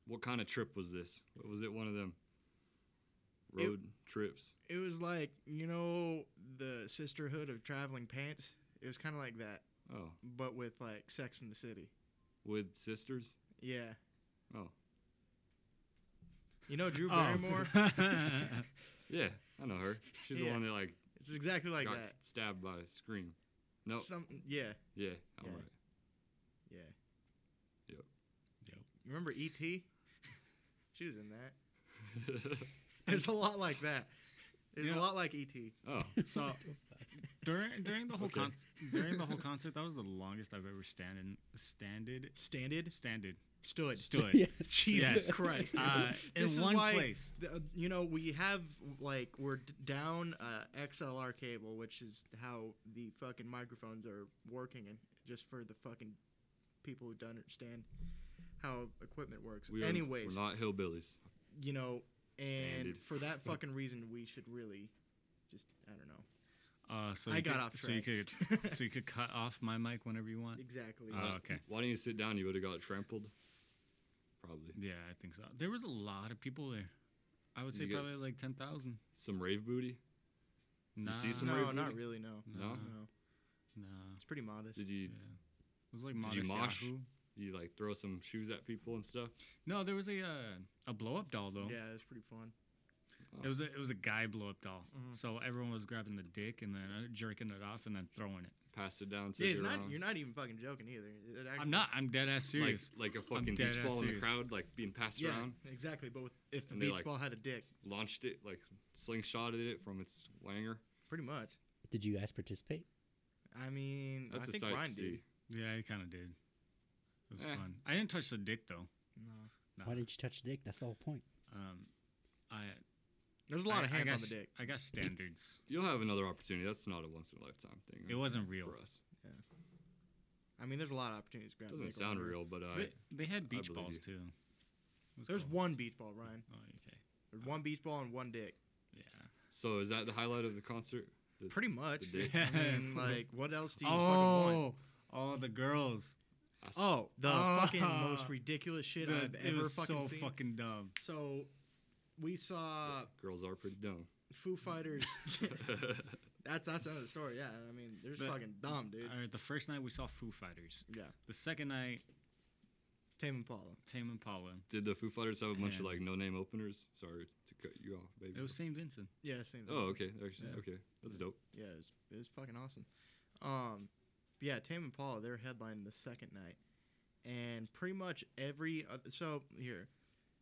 Speaker 3: What kind of trip was this? Was it one of them
Speaker 1: It-
Speaker 3: road trips?
Speaker 1: It was like you know the Sisterhood of Traveling Pants. It was kind of like that,
Speaker 3: Oh,
Speaker 1: but with like Sex in the City.
Speaker 3: with sisters?
Speaker 1: Yeah.
Speaker 3: Oh,
Speaker 1: You know Drew
Speaker 2: Oh.
Speaker 1: Barrymore?
Speaker 3: yeah, I know her. She's the
Speaker 1: Yeah.
Speaker 3: one that like
Speaker 1: it's exactly like
Speaker 3: got Oh.
Speaker 1: that.
Speaker 3: stabbed by a scream. No,
Speaker 1: Some, yeah,
Speaker 3: yeah, I'm
Speaker 1: Yeah.
Speaker 3: right.
Speaker 1: yeah.
Speaker 3: Yep.
Speaker 2: Yep.
Speaker 1: You Remember E.T.? she was in that.
Speaker 3: oh,
Speaker 1: It's a lot like that. It's
Speaker 2: Yeah.
Speaker 1: a lot like E E.T.
Speaker 3: Oh,
Speaker 2: so during during the whole
Speaker 3: Okay.
Speaker 2: con- during the whole concert, that was the longest I've ever standed standed
Speaker 1: Standed?
Speaker 2: standed
Speaker 1: Stood.
Speaker 2: stood.
Speaker 4: Yeah.
Speaker 1: Jesus
Speaker 2: Yes.
Speaker 1: Christ. dude.
Speaker 2: Uh, in
Speaker 1: This is
Speaker 2: one
Speaker 1: why-
Speaker 2: place.
Speaker 1: The- uh, you know, we have, like, we're d- down uh, XLR cable, which is how the fucking microphones are working, and just for the fucking people who don't understand how equipment works.
Speaker 3: we are,
Speaker 1: Anyways,
Speaker 3: we're not hillbillies.
Speaker 1: you know, and
Speaker 3: Standard.
Speaker 1: for that fucking reason, we should really just, I don't know.
Speaker 2: Uh, so
Speaker 1: I
Speaker 2: you
Speaker 1: got
Speaker 2: could-
Speaker 1: off
Speaker 2: So you
Speaker 1: track.
Speaker 2: could so you could cut off my mic whenever you want.
Speaker 1: Exactly.
Speaker 2: Oh,
Speaker 3: Uh,
Speaker 2: okay.
Speaker 3: Why don't you sit down? You would have got trampled. Probably
Speaker 2: Yeah, I think so. There was a lot of people there. I would say
Speaker 3: You guys-
Speaker 2: probably like ten thousand.
Speaker 3: some rave booty.
Speaker 2: Nah,
Speaker 3: you see some
Speaker 1: no,
Speaker 3: rave
Speaker 1: not
Speaker 3: booty?
Speaker 1: really, no.
Speaker 3: uh, No?
Speaker 1: No.
Speaker 2: Nah.
Speaker 1: It's pretty modest.
Speaker 3: Did you
Speaker 2: Yeah. It was like
Speaker 3: Did you
Speaker 2: modest
Speaker 3: mosh?
Speaker 2: Yahoo.
Speaker 3: you like throw some shoes at people and stuff?
Speaker 2: No, there was a uh, a blow up doll though.
Speaker 1: Yeah, it was pretty fun.
Speaker 2: It was a, it was a guy blow up doll.
Speaker 1: Mhm.
Speaker 2: So everyone was grabbing the dick and then uh, jerking it off and then throwing it.
Speaker 3: Pass it down to
Speaker 1: Yeah, it's
Speaker 3: your
Speaker 1: not,
Speaker 3: own-
Speaker 1: you're not even fucking joking either. It actually-
Speaker 2: I'm not. I'm dead ass serious.
Speaker 3: Like, like a fucking
Speaker 2: dead ass
Speaker 3: beach ball in the
Speaker 2: serious.
Speaker 3: crowd, like being passed
Speaker 1: Yeah,
Speaker 3: around.
Speaker 1: exactly. But with, if the
Speaker 3: And they,
Speaker 1: beach
Speaker 3: like-
Speaker 1: ball had a dick,
Speaker 3: Launched it, like slingshotted it from its wanger.
Speaker 1: pretty much.
Speaker 4: Did you guys participate?
Speaker 1: I mean, I
Speaker 3: That's a
Speaker 1: think
Speaker 3: sight to
Speaker 1: Ryan did.
Speaker 3: see.
Speaker 2: yeah, I kind of did. It was
Speaker 3: Eh.
Speaker 2: fun. I didn't touch the dick though.
Speaker 1: No.
Speaker 2: Nah.
Speaker 4: Why didn't you touch dick? That's the whole point.
Speaker 2: Um, I
Speaker 1: There's a lot
Speaker 2: I-
Speaker 1: of
Speaker 2: I
Speaker 1: hands
Speaker 2: got
Speaker 1: on the
Speaker 2: s-
Speaker 1: dick.
Speaker 2: I got standards.
Speaker 3: You'll have another opportunity. That's not a once in a lifetime thing.
Speaker 2: it wasn't real.
Speaker 3: for us.
Speaker 1: I mean, there's a lot of opportunities. Grant
Speaker 3: Doesn't
Speaker 1: Nickel
Speaker 3: sound
Speaker 1: here.
Speaker 3: real, but uh, I
Speaker 2: They, they had beach
Speaker 3: believe
Speaker 2: balls
Speaker 3: you.
Speaker 2: too. What's
Speaker 1: There's
Speaker 2: called?
Speaker 1: one beach ball, Ryan.
Speaker 2: Oh, okay.
Speaker 1: There's one beach ball and one dick.
Speaker 2: Yeah.
Speaker 3: so is that the highlight of the concert? The-
Speaker 1: Pretty much.
Speaker 3: dick?
Speaker 1: I mean, like, what else do you fucking want?
Speaker 2: Oh, all the girls.
Speaker 3: I s-
Speaker 1: Oh, the fucking
Speaker 2: Ah.
Speaker 1: most ridiculous shit
Speaker 2: The-
Speaker 1: I've
Speaker 2: it
Speaker 1: ever
Speaker 2: was
Speaker 1: fucking
Speaker 2: so
Speaker 1: seen.
Speaker 2: fucking dumb.
Speaker 1: so, we saw
Speaker 3: girls are pretty dumb.
Speaker 1: Foo Fighters. that's that's another story. Yeah, I mean, they're just
Speaker 2: But-
Speaker 1: fucking dumb, dude.
Speaker 2: All right, the first night we saw Foo Fighters.
Speaker 1: Yeah,
Speaker 2: The second night,
Speaker 1: Tame Impala.
Speaker 2: Tame Impala.
Speaker 3: Did the Foo Fighters have a bunch of
Speaker 2: Yeah.
Speaker 3: like no name openers? Sorry to cut you off, baby.
Speaker 2: It was St. Vincent.
Speaker 1: Yeah, same.
Speaker 3: oh, okay. Actually,
Speaker 1: Yeah.
Speaker 3: okay. That's dope.
Speaker 1: Yeah, it was, it was fucking awesome. Um, yeah, Tame Impala, they're headlining the second night, and pretty much every other, so here,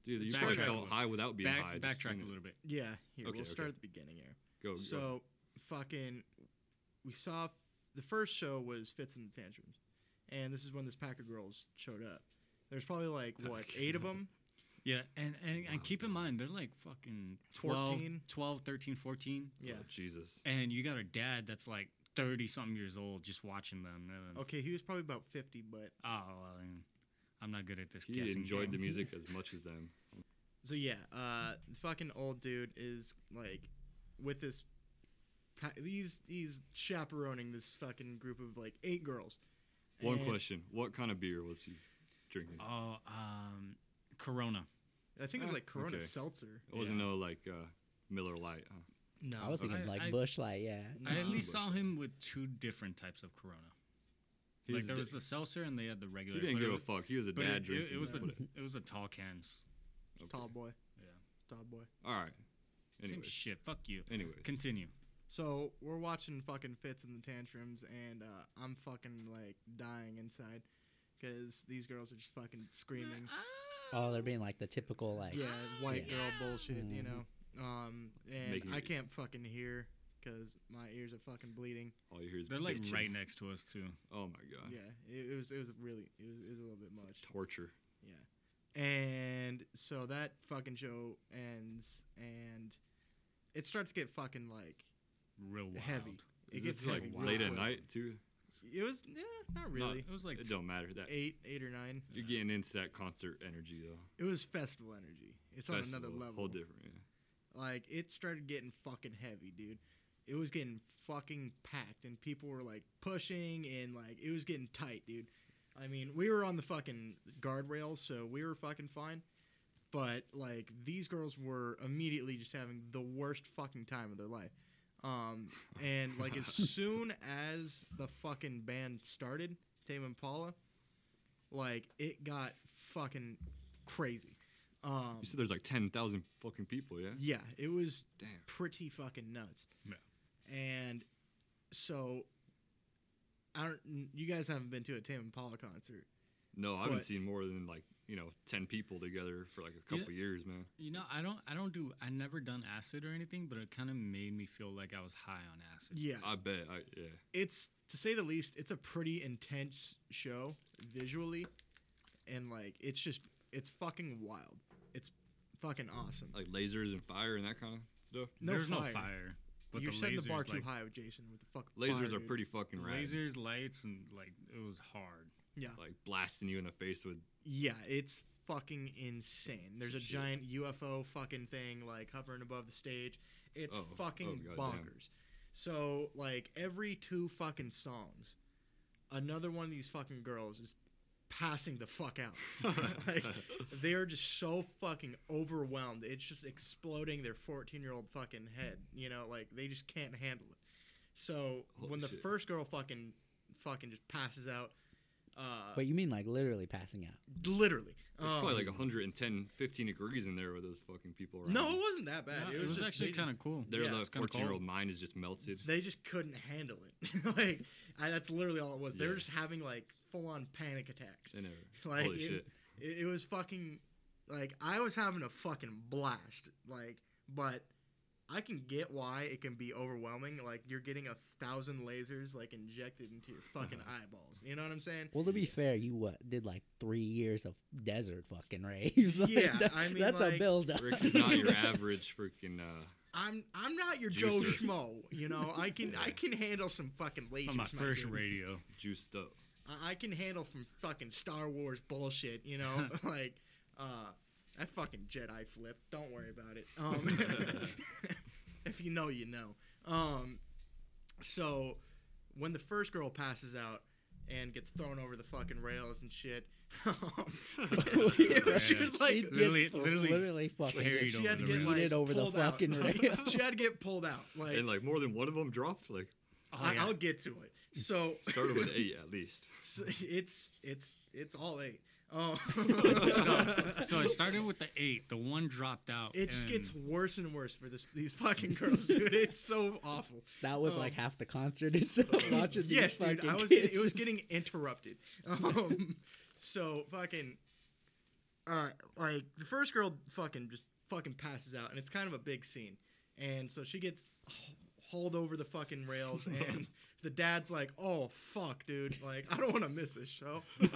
Speaker 3: Dude, you
Speaker 2: Backtrack
Speaker 3: probably
Speaker 2: a
Speaker 3: felt
Speaker 2: little.
Speaker 3: high without being high.
Speaker 2: Back,
Speaker 3: just
Speaker 2: backtrack
Speaker 3: seeing
Speaker 2: a
Speaker 3: it.
Speaker 2: little bit.
Speaker 1: yeah, here
Speaker 3: Okay,
Speaker 1: we'll start
Speaker 3: okay. Oh,
Speaker 1: at the beginning here.
Speaker 3: Go. go.
Speaker 1: so fucking, we saw f- the first show was Fits and the Tantrums, and this is when this pack of girls showed up. There's probably like what
Speaker 3: Pack.
Speaker 1: eight of them.
Speaker 2: Yeah, and, and, and keep in mind, they're like fucking 12,
Speaker 1: 14.
Speaker 2: 12 13, 14.
Speaker 1: Yeah.
Speaker 3: Oh, Jesus.
Speaker 2: And you got a dad that's like 30 something years old just watching them. and-
Speaker 3: mm.
Speaker 1: Okay, he was probably about fifty, but
Speaker 2: Oh, well, I mean, I'm not good at this
Speaker 3: He
Speaker 2: guessing.
Speaker 3: enjoyed the
Speaker 2: game.
Speaker 3: music as much as them.
Speaker 1: So yeah, uh, the fucking old dude is like with this. pa- He's he's chaperoning this fucking group of like eight girls.
Speaker 3: One
Speaker 1: And
Speaker 3: question: What kind of beer was he drinking?
Speaker 2: Oh, um, Corona.
Speaker 1: I think it
Speaker 3: Ah,
Speaker 1: was like Corona
Speaker 3: okay.
Speaker 1: Seltzer.
Speaker 3: It wasn't no like uh, Miller Lite. Huh?
Speaker 1: No,
Speaker 3: Oh,
Speaker 4: I was thinking
Speaker 2: I-
Speaker 4: like
Speaker 2: I-
Speaker 4: Bush Light, yeah.
Speaker 2: I at
Speaker 1: No.
Speaker 2: least saw him with two different types of Corona.
Speaker 3: He,
Speaker 2: like there
Speaker 3: a
Speaker 2: was
Speaker 3: da-
Speaker 2: the seltzer and they had the regular.
Speaker 3: he didn't
Speaker 2: but it
Speaker 3: give a
Speaker 2: was-
Speaker 3: fuck. He was a
Speaker 2: But
Speaker 3: dad
Speaker 2: it,
Speaker 3: drinking.
Speaker 2: it, it was the
Speaker 3: What a-
Speaker 2: it was the tall cans.
Speaker 3: okay.
Speaker 1: tall boy,
Speaker 2: Yeah.
Speaker 1: tall boy.
Speaker 3: All right.
Speaker 2: Same
Speaker 3: Anyways,
Speaker 2: shit. Fuck you.
Speaker 3: anyways,
Speaker 2: Continue.
Speaker 1: So we're watching fucking fits and the tantrums, and uh, I'm fucking like dying inside because these girls are just fucking screaming.
Speaker 4: Oh, they're being like the typical like.
Speaker 1: Yeah, white
Speaker 4: Yeah.
Speaker 1: girl bullshit, you
Speaker 4: Mhm.
Speaker 1: know. Um, and
Speaker 3: Mm-hmm. Making
Speaker 1: I
Speaker 3: it-
Speaker 1: can't fucking hear because my ears are fucking bleeding.
Speaker 3: all you hear is
Speaker 2: They're like
Speaker 3: bitching.
Speaker 2: right next to us too.
Speaker 3: Oh my god.
Speaker 1: Yeah, it, it was it was really it was, it was a little bit
Speaker 3: It's
Speaker 1: much.
Speaker 3: torture.
Speaker 1: Yeah, and so that fucking show ends, and it starts to get fucking like
Speaker 2: Real wild.
Speaker 1: Heavy. it
Speaker 3: Is
Speaker 1: gets
Speaker 3: this like
Speaker 1: heavy real
Speaker 3: late at
Speaker 1: quick.
Speaker 3: night too?
Speaker 1: It was yeah, not really
Speaker 2: It was like
Speaker 3: It don't matter. That
Speaker 1: eight eight or nine.
Speaker 3: you're getting into that concert energy though.
Speaker 1: It was festival energy. It's on another
Speaker 3: Festival,
Speaker 1: level.
Speaker 3: Whole different. Yeah.
Speaker 1: Like it started getting fucking heavy, dude. It was getting fucking packed, and people were like pushing, and like it was getting tight, dude. I mean, we were on the fucking guardrails, so we were fucking fine. But like these girls were immediately just having the worst fucking time of their life. Um, and like as soon as the fucking band started, Tame Impala, like it got fucking crazy. Um,
Speaker 3: You said there's like ten thousand fucking people. Yeah.
Speaker 1: yeah, it was
Speaker 3: Damn.
Speaker 1: pretty fucking nuts.
Speaker 2: Yeah.
Speaker 1: And so I don't. n- You guys haven't been to a Tame Impala concert.
Speaker 3: No, I haven't
Speaker 1: But-
Speaker 3: seen more than like you know ten people together for like a
Speaker 2: You-
Speaker 3: couple years, man.
Speaker 2: You know, I don't I don't do I never done acid or anything, but it kind of made me feel like I was high on acid.
Speaker 1: Yeah,
Speaker 3: I bet. I, yeah.
Speaker 1: Uh, it's to say the least. It's a pretty intense show visually, and like it's just it's fucking wild. It's fucking awesome.
Speaker 3: Like lasers and fire and that kind of stuff.
Speaker 1: No
Speaker 2: There's
Speaker 1: fire.
Speaker 2: no fire. But
Speaker 1: You're
Speaker 2: the
Speaker 1: setting the
Speaker 2: lasers,
Speaker 1: bar too
Speaker 2: like-
Speaker 1: high with Jason with the fuck.
Speaker 3: Lasers
Speaker 1: fire,
Speaker 3: are
Speaker 1: dude.
Speaker 3: pretty fucking rad.
Speaker 2: Lasers, lights, and like it was hard.
Speaker 1: Yeah,
Speaker 3: Like blasting you in the face with.
Speaker 1: yeah, it's fucking insane. There's a
Speaker 3: Shit.
Speaker 1: giant UFO fucking thing like hovering above the stage. It's
Speaker 3: Oh, oh,
Speaker 1: fucking
Speaker 3: goddamn.
Speaker 1: bonkers. So like every two fucking songs, another one of these fucking girls is passing the fuck out. like they are just so fucking overwhelmed. It's just exploding their 14-year-old fucking head, you know, like they just can't handle it. So
Speaker 3: Holy
Speaker 1: when the
Speaker 3: shit.
Speaker 1: first girl fucking fucking just passes out uh
Speaker 4: But you mean like literally passing out?
Speaker 1: literally Um,
Speaker 3: It's probably like 110, 15 degrees in there with those fucking people around.
Speaker 1: No,
Speaker 3: you.
Speaker 1: it wasn't that bad.
Speaker 2: No,
Speaker 1: it, was just,
Speaker 2: actually kind of cool.
Speaker 3: Their
Speaker 1: yeah,
Speaker 3: like
Speaker 2: it's kinda
Speaker 3: 14 year old mind is just melted.
Speaker 1: They just couldn't handle it. like I, that's literally all it was. They were
Speaker 3: Yeah.
Speaker 1: just having like full on panic attacks.
Speaker 3: I know.
Speaker 1: Like
Speaker 3: Holy
Speaker 1: it,
Speaker 3: shit.
Speaker 1: It, it was fucking like I was having a fucking blast. Like, but I can get why it can be overwhelming. Like you're getting a thousand lasers like injected into your fucking eyeballs. You know what I'm saying?
Speaker 4: Well, to be fair, you what did like three years of desert fucking rage. Like,
Speaker 1: Yeah,
Speaker 4: that-
Speaker 1: I mean,
Speaker 4: that's
Speaker 1: like-
Speaker 4: a build up.
Speaker 3: Rick is not your average freaking. Uh,
Speaker 1: I'm I'm not your Joe
Speaker 3: Juicer.
Speaker 1: Schmo. You know I can I can handle some fucking lasers.
Speaker 2: On my
Speaker 1: my
Speaker 2: first
Speaker 1: dude.
Speaker 2: radio.
Speaker 3: juiced up.
Speaker 1: I, I can handle from fucking Star Wars bullshit, you know? like, uh, I fucking Jedi flip. Don't worry about it. Um, if you know, you know. Um, so when the first girl passes out and gets thrown over the fucking rails and shit, she was like,
Speaker 4: She gets
Speaker 2: Literally-
Speaker 4: th-
Speaker 2: literally
Speaker 4: literally fucking
Speaker 2: carried
Speaker 4: just
Speaker 1: she had to
Speaker 2: over the
Speaker 1: get
Speaker 2: rails.
Speaker 1: like,
Speaker 4: yeeted over the
Speaker 1: pulled out.
Speaker 4: fucking rails.
Speaker 1: she had to get pulled out. Like,
Speaker 3: and like more than one of them dropped. Like
Speaker 1: I,
Speaker 2: yeah.
Speaker 1: I'll get to it. So
Speaker 3: started with eight at least.
Speaker 1: so it's it's it's all eight. Oh,
Speaker 2: so it started with the eight. The one dropped out.
Speaker 1: it just gets
Speaker 2: and
Speaker 1: worse and worse for this, these fucking girls, dude. It's so awful.
Speaker 4: That was
Speaker 1: Oh.
Speaker 4: like half the concert itself. Watching
Speaker 1: yes,
Speaker 4: these
Speaker 1: dude.
Speaker 4: fucking
Speaker 1: I was
Speaker 4: kids
Speaker 1: getting, it was
Speaker 4: just-
Speaker 1: getting interrupted. Um, so fucking, uh, like the first girl fucking just fucking passes out, and it's kind of a big scene, and so she gets h- hauled over the fucking rails, and the dad's like, "Oh fuck, dude! Like I don't want to miss this show. I've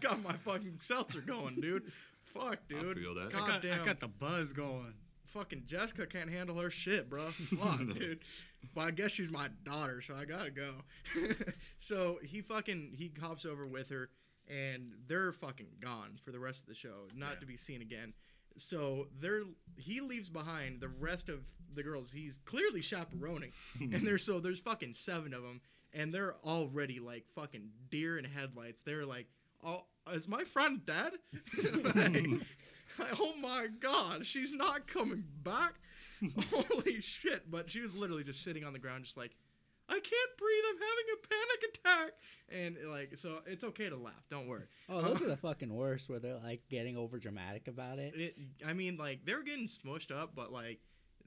Speaker 1: got my fucking seltzer going, dude." Fuck, dude.
Speaker 3: feel that. I
Speaker 2: I got,
Speaker 1: Goddamn
Speaker 2: I got the buzz going.
Speaker 1: fucking Jessica can't handle her shit, bro. Fuck, dude. Well, I guess she's my daughter, so I gotta go. so he fucking he hops over with her, and they're fucking gone for the rest of the show, not
Speaker 2: Yeah.
Speaker 1: to be seen again. So they're he leaves behind the rest of the girls he's clearly chaperoning, and there's so there's fucking seven of them, and they're already like fucking deer in headlights. They're like, oh, is my friend dead? Like, like, oh my god, she's not coming back. Holy shit. But she was literally just sitting on the ground, just like, I can't breathe. I'm having a panic attack. And like, so it's okay to laugh. Don't worry.
Speaker 4: Oh, those
Speaker 1: uh-huh.
Speaker 4: are the fucking worst where they're like getting over dramatic about it.
Speaker 1: It, I mean, like, they were getting smushed up, but like,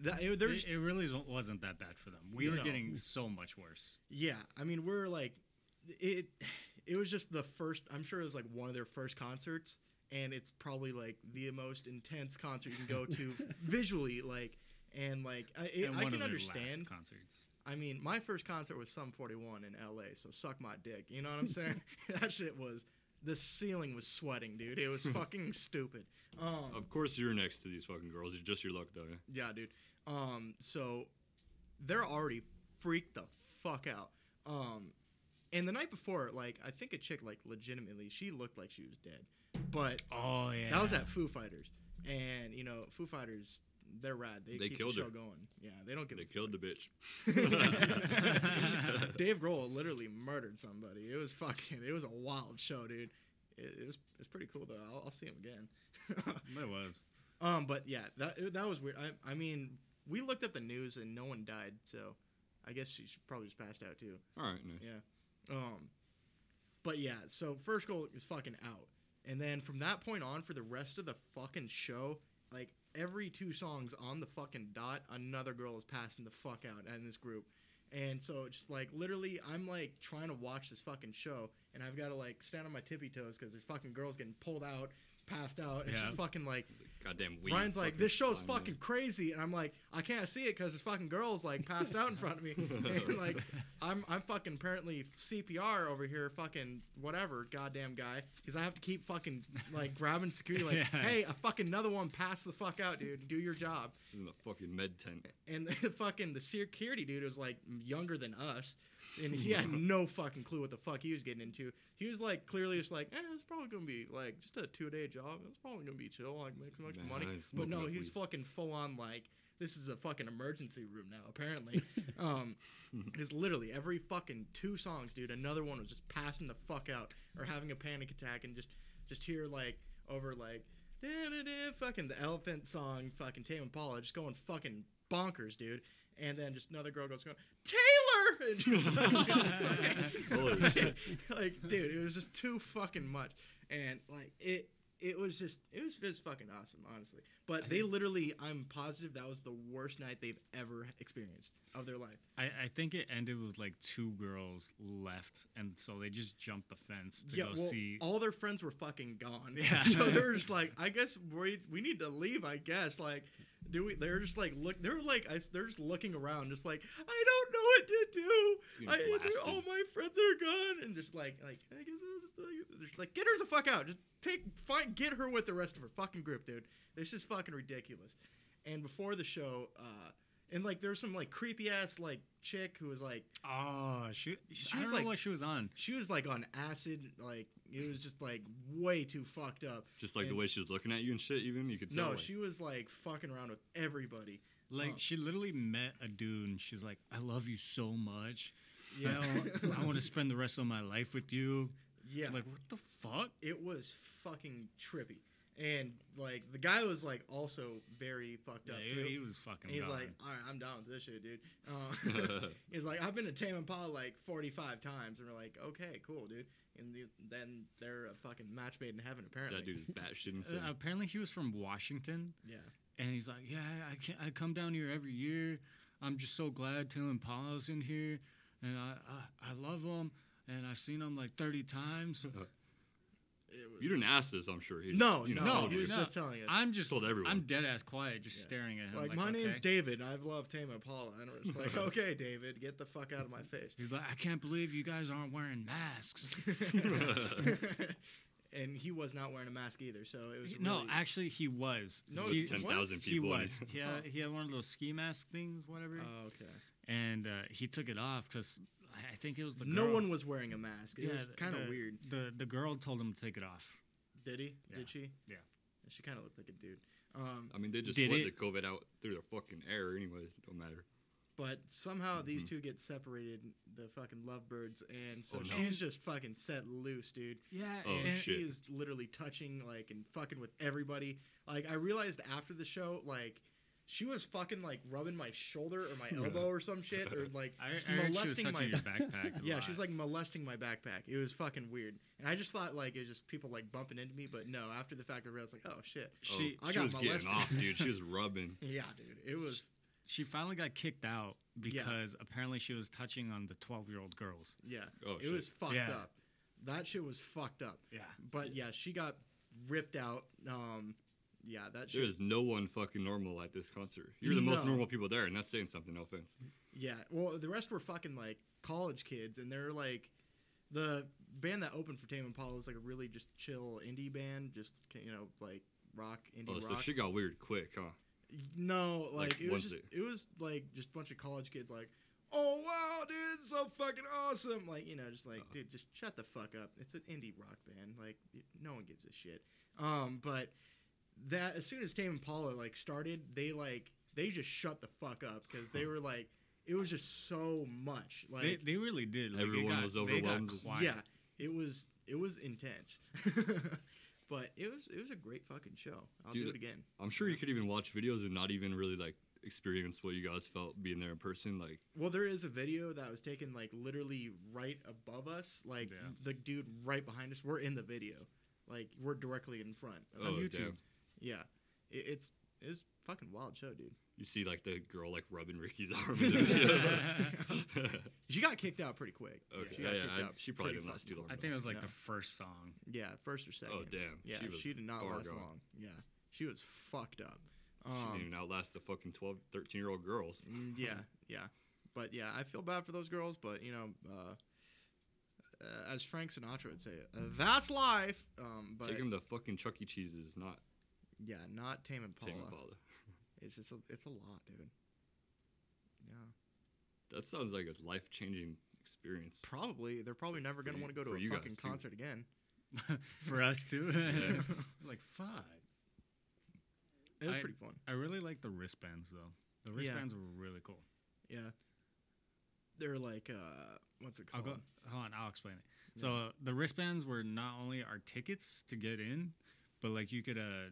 Speaker 1: that, it, there's,
Speaker 2: It, it really wa- wasn't that bad for them. We were
Speaker 1: No.
Speaker 2: getting so much worse.
Speaker 1: yeah. I mean, we're like, it, it was just the first, I'm sure it was like one of their first concerts. And it's probably like the most intense concert you can go to visually, like, and like, I, it,
Speaker 2: and
Speaker 1: I
Speaker 2: one
Speaker 1: can
Speaker 2: of their last
Speaker 1: understand.
Speaker 2: concerts.
Speaker 1: I mean, my first concert was Sum 41 in LA, so suck my dick. You know what I'm saying? that shit was the ceiling was sweating, dude. It was fucking stupid. Um,
Speaker 3: Of course, you're next to these fucking girls. It's just your luck, though.
Speaker 1: yeah, dude. Um, so they're already freaked the fuck out. Um, and the night before, like, I think a chick, like, legitimately, she looked like she was dead. But
Speaker 2: Oh yeah,
Speaker 1: that was at Foo Fighters, and you know, Foo Fighters, they're rad. They,
Speaker 3: They
Speaker 1: keep
Speaker 3: killed
Speaker 1: the
Speaker 3: her.
Speaker 1: show going. Yeah, they don't give a
Speaker 3: They killed the bitch.
Speaker 1: Dave Grohl literally murdered somebody. It was fucking. It was a wild show, dude. It, it was. It's pretty cool though. I'll, I'll see him again.
Speaker 2: It was.
Speaker 1: um, but yeah, that it- that was weird. I, I mean, we looked up the news and no one died, so I guess she should probably just passed out too.
Speaker 3: All right, nice.
Speaker 1: Yeah. Um, but yeah, so first goal is fucking out, and then from that point on, for the rest of the fucking show, like every two songs on the fucking dot, another girl is passing the fuck out in this group, and so it's just like literally, I'm like trying to watch this fucking show, and I've got to like stand on my tippy toes because there's fucking girls getting pulled out, passed out, and it's
Speaker 2: Yeah.
Speaker 1: just fucking like
Speaker 3: Goddamn weed.
Speaker 1: Ryan's like,
Speaker 3: fucking
Speaker 1: this show's
Speaker 3: climbed in."
Speaker 1: fucking crazy, and I'm like, I can't see it because this fucking girl's like passed out in front of me, and like, I'm I'm fucking apparently CPR over here, fucking whatever, goddamn guy, because I have to keep fucking like grabbing security, like,
Speaker 2: Yeah.
Speaker 1: hey, a fucking another one, pass the fuck out, dude, do your job,
Speaker 3: This isn't a fucking med tent.
Speaker 1: and the fucking the security dude was like younger than us, and he had no fucking clue what the fuck he was getting into. He was like clearly just like, eh, it's probably gonna be like just a two day job. It's probably gonna be chill, like make some extra
Speaker 3: Man,
Speaker 1: money.
Speaker 3: I ain't
Speaker 1: But
Speaker 3: smoking
Speaker 1: no,
Speaker 3: that
Speaker 1: he's
Speaker 3: weed.
Speaker 1: fucking full on like this is a fucking emergency room now. Apparently, um, it's literally every fucking two songs, dude. Another one was just passing the fuck out or having a panic attack and just just hear like over like. da-da-da, Fucking the elephant song, fucking Tame Impala, just going fucking bonkers, dude. And then just another girl goes going, Taylor, and just
Speaker 3: Holy shit.
Speaker 1: like, dude, it was just too fucking much, and like it, it was just, it was just fucking awesome, honestly. But they literally, I'm positive that was the worst night they've ever experienced of their life.
Speaker 2: I, I think it ended with like two girls left, and so they just jumped the fence to
Speaker 1: yeah,
Speaker 2: go
Speaker 1: well,
Speaker 2: see.
Speaker 1: all their friends were fucking gone.
Speaker 2: Yeah.
Speaker 1: so they're just like, I guess we we need to leave. I guess like. Do we? They're just like look. They're like I, s- they're just looking around, just like I don't know what to do.
Speaker 3: getting
Speaker 1: I, they're-
Speaker 3: blasted.
Speaker 1: all my friends are gone, and just like like I guess we'll just, like, they're just like get her the fuck out. Just take find get her with the rest of her fucking group, dude. This is fucking ridiculous. And before the show, uh, And like there was some like creepy ass like chick who was like
Speaker 2: Oh, she,
Speaker 1: She
Speaker 2: I
Speaker 1: was
Speaker 2: don't
Speaker 1: like-
Speaker 2: know what she was on.
Speaker 1: she was like on acid like it was just like way too fucked up.
Speaker 3: Just like the
Speaker 1: And-
Speaker 3: way she was looking at you and shit, even you could tell.
Speaker 1: No,
Speaker 3: like,
Speaker 1: she was like fucking around with everybody.
Speaker 2: Like
Speaker 1: Oh.
Speaker 2: she literally met a dude and she's like, "I love you so much.
Speaker 1: Yeah.
Speaker 2: I, want to spend the rest of my life with you."
Speaker 1: Yeah.
Speaker 2: I'm like, what the fuck?
Speaker 1: it was fucking trippy. And like the guy was like also very fucked up
Speaker 2: Yeah,
Speaker 1: too.
Speaker 2: he, he was fucking.
Speaker 1: and he's
Speaker 2: gone.
Speaker 1: like, all right, I'm down with this shit, dude. Uh, he's like, I've been to Tame Impala like 45 times, and we're like, okay, cool, dude. And the, then they're a fucking match made in heaven, apparently.
Speaker 3: that dude is batshit insane.
Speaker 2: Uh, apparently he was from Washington,
Speaker 1: Yeah.
Speaker 2: and he's like, "Yeah, I can I come down here every year. I'm just so glad Tim and Paula's in here, and I I, I love them, and I've seen them like 30 times.
Speaker 1: It was,
Speaker 3: you didn't ask this, I'm sure. He just,
Speaker 1: No,
Speaker 3: you
Speaker 1: no,
Speaker 3: know,
Speaker 2: No,
Speaker 3: told
Speaker 1: he
Speaker 3: you.
Speaker 1: was
Speaker 2: no.
Speaker 1: just telling us.
Speaker 2: I'm just
Speaker 3: Told everyone.
Speaker 2: I'm dead ass quiet, just
Speaker 1: Yeah.
Speaker 2: staring at him.
Speaker 1: like,
Speaker 2: Like,
Speaker 1: my name's
Speaker 2: "Okay."
Speaker 1: David. I've loved Tame Impala, and we're just like, okay, David, get the fuck out of my face.
Speaker 2: He's like, I can't believe you guys aren't wearing masks.
Speaker 1: and he was not wearing a mask either, so it was
Speaker 2: no,
Speaker 1: really-
Speaker 2: actually, he was.
Speaker 1: No,
Speaker 2: he,
Speaker 1: it
Speaker 3: ten thousand
Speaker 1: was-
Speaker 2: he
Speaker 3: people. in
Speaker 2: was.
Speaker 3: it.
Speaker 2: He had, he had one of those ski mask things, whatever,
Speaker 1: Oh, okay.
Speaker 2: and uh, he took it off because I I think it was the
Speaker 1: no
Speaker 2: girl.
Speaker 1: one was wearing a mask. It
Speaker 2: Yeah,
Speaker 1: was
Speaker 2: the-
Speaker 1: kind of
Speaker 2: the-
Speaker 1: weird.
Speaker 2: The the girl told him to take it off.
Speaker 1: Did he?
Speaker 2: Yeah.
Speaker 1: Did she?
Speaker 2: Yeah.
Speaker 1: She kind of looked like a dude. Um,
Speaker 3: I mean, they just
Speaker 2: Did
Speaker 3: slid
Speaker 2: it-
Speaker 3: the COVID out through their fucking air, anyways. It don't matter.
Speaker 1: but somehow these
Speaker 2: Mm-hmm.
Speaker 1: two get separated, the fucking lovebirds, and so
Speaker 3: Oh, no.
Speaker 1: she's just fucking set loose, dude.
Speaker 2: Yeah.
Speaker 3: Oh,
Speaker 1: and
Speaker 3: shit.
Speaker 1: she is literally touching like and fucking with everybody. Like I realized after the show, like she was fucking like rubbing my shoulder or my elbow or some shit, or like
Speaker 2: I,
Speaker 1: just
Speaker 2: I heard she was
Speaker 1: molesting my
Speaker 2: touching your backpack. a
Speaker 1: Yeah, she was
Speaker 2: lot.
Speaker 1: like molesting my backpack. It was fucking weird, and I just thought like it was just people like bumping into me, but no. After the fact, I realized like, oh shit,
Speaker 2: She-
Speaker 3: oh,
Speaker 1: I
Speaker 3: she
Speaker 1: got
Speaker 3: was
Speaker 1: molested.
Speaker 3: getting off, dude. She was rubbing.
Speaker 1: yeah, dude, it was
Speaker 2: She finally got kicked out because apparently she was touching on the twelve year old girls.
Speaker 1: yeah,
Speaker 3: Oh,
Speaker 1: it
Speaker 3: shit.
Speaker 1: was fucked
Speaker 2: Yeah.
Speaker 1: up. That shit was fucked up.
Speaker 2: Yeah.
Speaker 1: But yeah, she got ripped out. Um, yeah, that shit.
Speaker 3: There is no one fucking normal at this concert. You're the most
Speaker 1: No.
Speaker 3: normal people there, and that's saying something. No offense.
Speaker 1: yeah, well, the rest were fucking like college kids, and they're like, the band that opened for Tame Impala was like a really just chill indie band, just you know like rock indie
Speaker 3: Oh,
Speaker 1: rock.
Speaker 3: so she got weird quick, huh?
Speaker 1: No, like,
Speaker 3: Like,
Speaker 1: it was just,
Speaker 3: Wednesday.
Speaker 1: it was like just a bunch of college kids like, oh wow, dude, it's so fucking awesome. Like you know, just like dude, just shut the fuck up. It's an indie rock band. Like y- no one gives a shit. Um, but that as soon as Tame Impala like started, they like they just shut the fuck up because they were like, it was just so much. Like
Speaker 2: they, they really did. Like, they
Speaker 3: Everyone
Speaker 2: got-
Speaker 3: was
Speaker 2: they got
Speaker 3: overwhelmed.
Speaker 2: quiet.
Speaker 1: yeah, it was it was intense. but it was it was a great fucking show. I'll do it
Speaker 3: Dude,
Speaker 1: again.
Speaker 3: I'm sure you could even watch videos and not even really like experience what you guys felt being there in person. Like,
Speaker 1: Well, there is a video that was taken like literally right above us. Like
Speaker 2: Yeah.
Speaker 1: the dude right behind us. We're in the video. Like we're directly in front. of
Speaker 3: oh
Speaker 1: him.
Speaker 2: YouTube.
Speaker 3: damn,
Speaker 1: Yeah. It, it's it's fucking wild show, dude.
Speaker 3: you see like the girl like rubbing Ricky's arm. in the video.
Speaker 1: She got kicked out pretty quick.
Speaker 3: okay,
Speaker 1: She
Speaker 3: yeah,
Speaker 1: got
Speaker 3: yeah,
Speaker 1: kicked
Speaker 3: I-
Speaker 1: out
Speaker 3: she probably
Speaker 1: pretty
Speaker 3: didn't last
Speaker 1: fucking
Speaker 3: too long.
Speaker 2: I
Speaker 3: though.
Speaker 2: think it was like
Speaker 1: No.
Speaker 2: the first song.
Speaker 1: Yeah, first or second.
Speaker 3: Oh damn,
Speaker 1: Yeah,
Speaker 3: she
Speaker 1: she,
Speaker 3: was
Speaker 1: did not
Speaker 3: far
Speaker 1: last
Speaker 3: gone.
Speaker 1: long. Yeah, she was fucked up.
Speaker 3: She didn't
Speaker 1: Um,
Speaker 3: even outlast the fucking 12, 13 year old girls.
Speaker 1: mm, yeah, yeah, but yeah, I feel bad for those girls, but you know, uh, uh, as Frank Sinatra would say, uh, that's life. Um, but
Speaker 3: Take him to fucking Chuck E. Cheese's, not
Speaker 1: Yeah, not Tame Impala.
Speaker 3: Tame Impala.
Speaker 1: It's just a, it's a lot, dude. Yeah,
Speaker 3: That sounds like a life changing experience.
Speaker 1: probably they're probably never
Speaker 3: for
Speaker 1: gonna
Speaker 3: you-
Speaker 1: want to go
Speaker 3: for
Speaker 1: to a
Speaker 3: you guys,
Speaker 1: fucking
Speaker 3: too.
Speaker 1: concert again.
Speaker 2: for us too.
Speaker 3: Yeah.
Speaker 2: like fuck.
Speaker 1: It was
Speaker 2: I-
Speaker 1: pretty fun.
Speaker 2: I really like the wristbands though. The
Speaker 1: Yeah.
Speaker 2: wristbands were really cool.
Speaker 1: Yeah, they're like uh, what's it
Speaker 2: I'll
Speaker 1: called?
Speaker 2: go. Hold on, I'll explain it. So the wristbands were not only our tickets to get in, but like you could uh,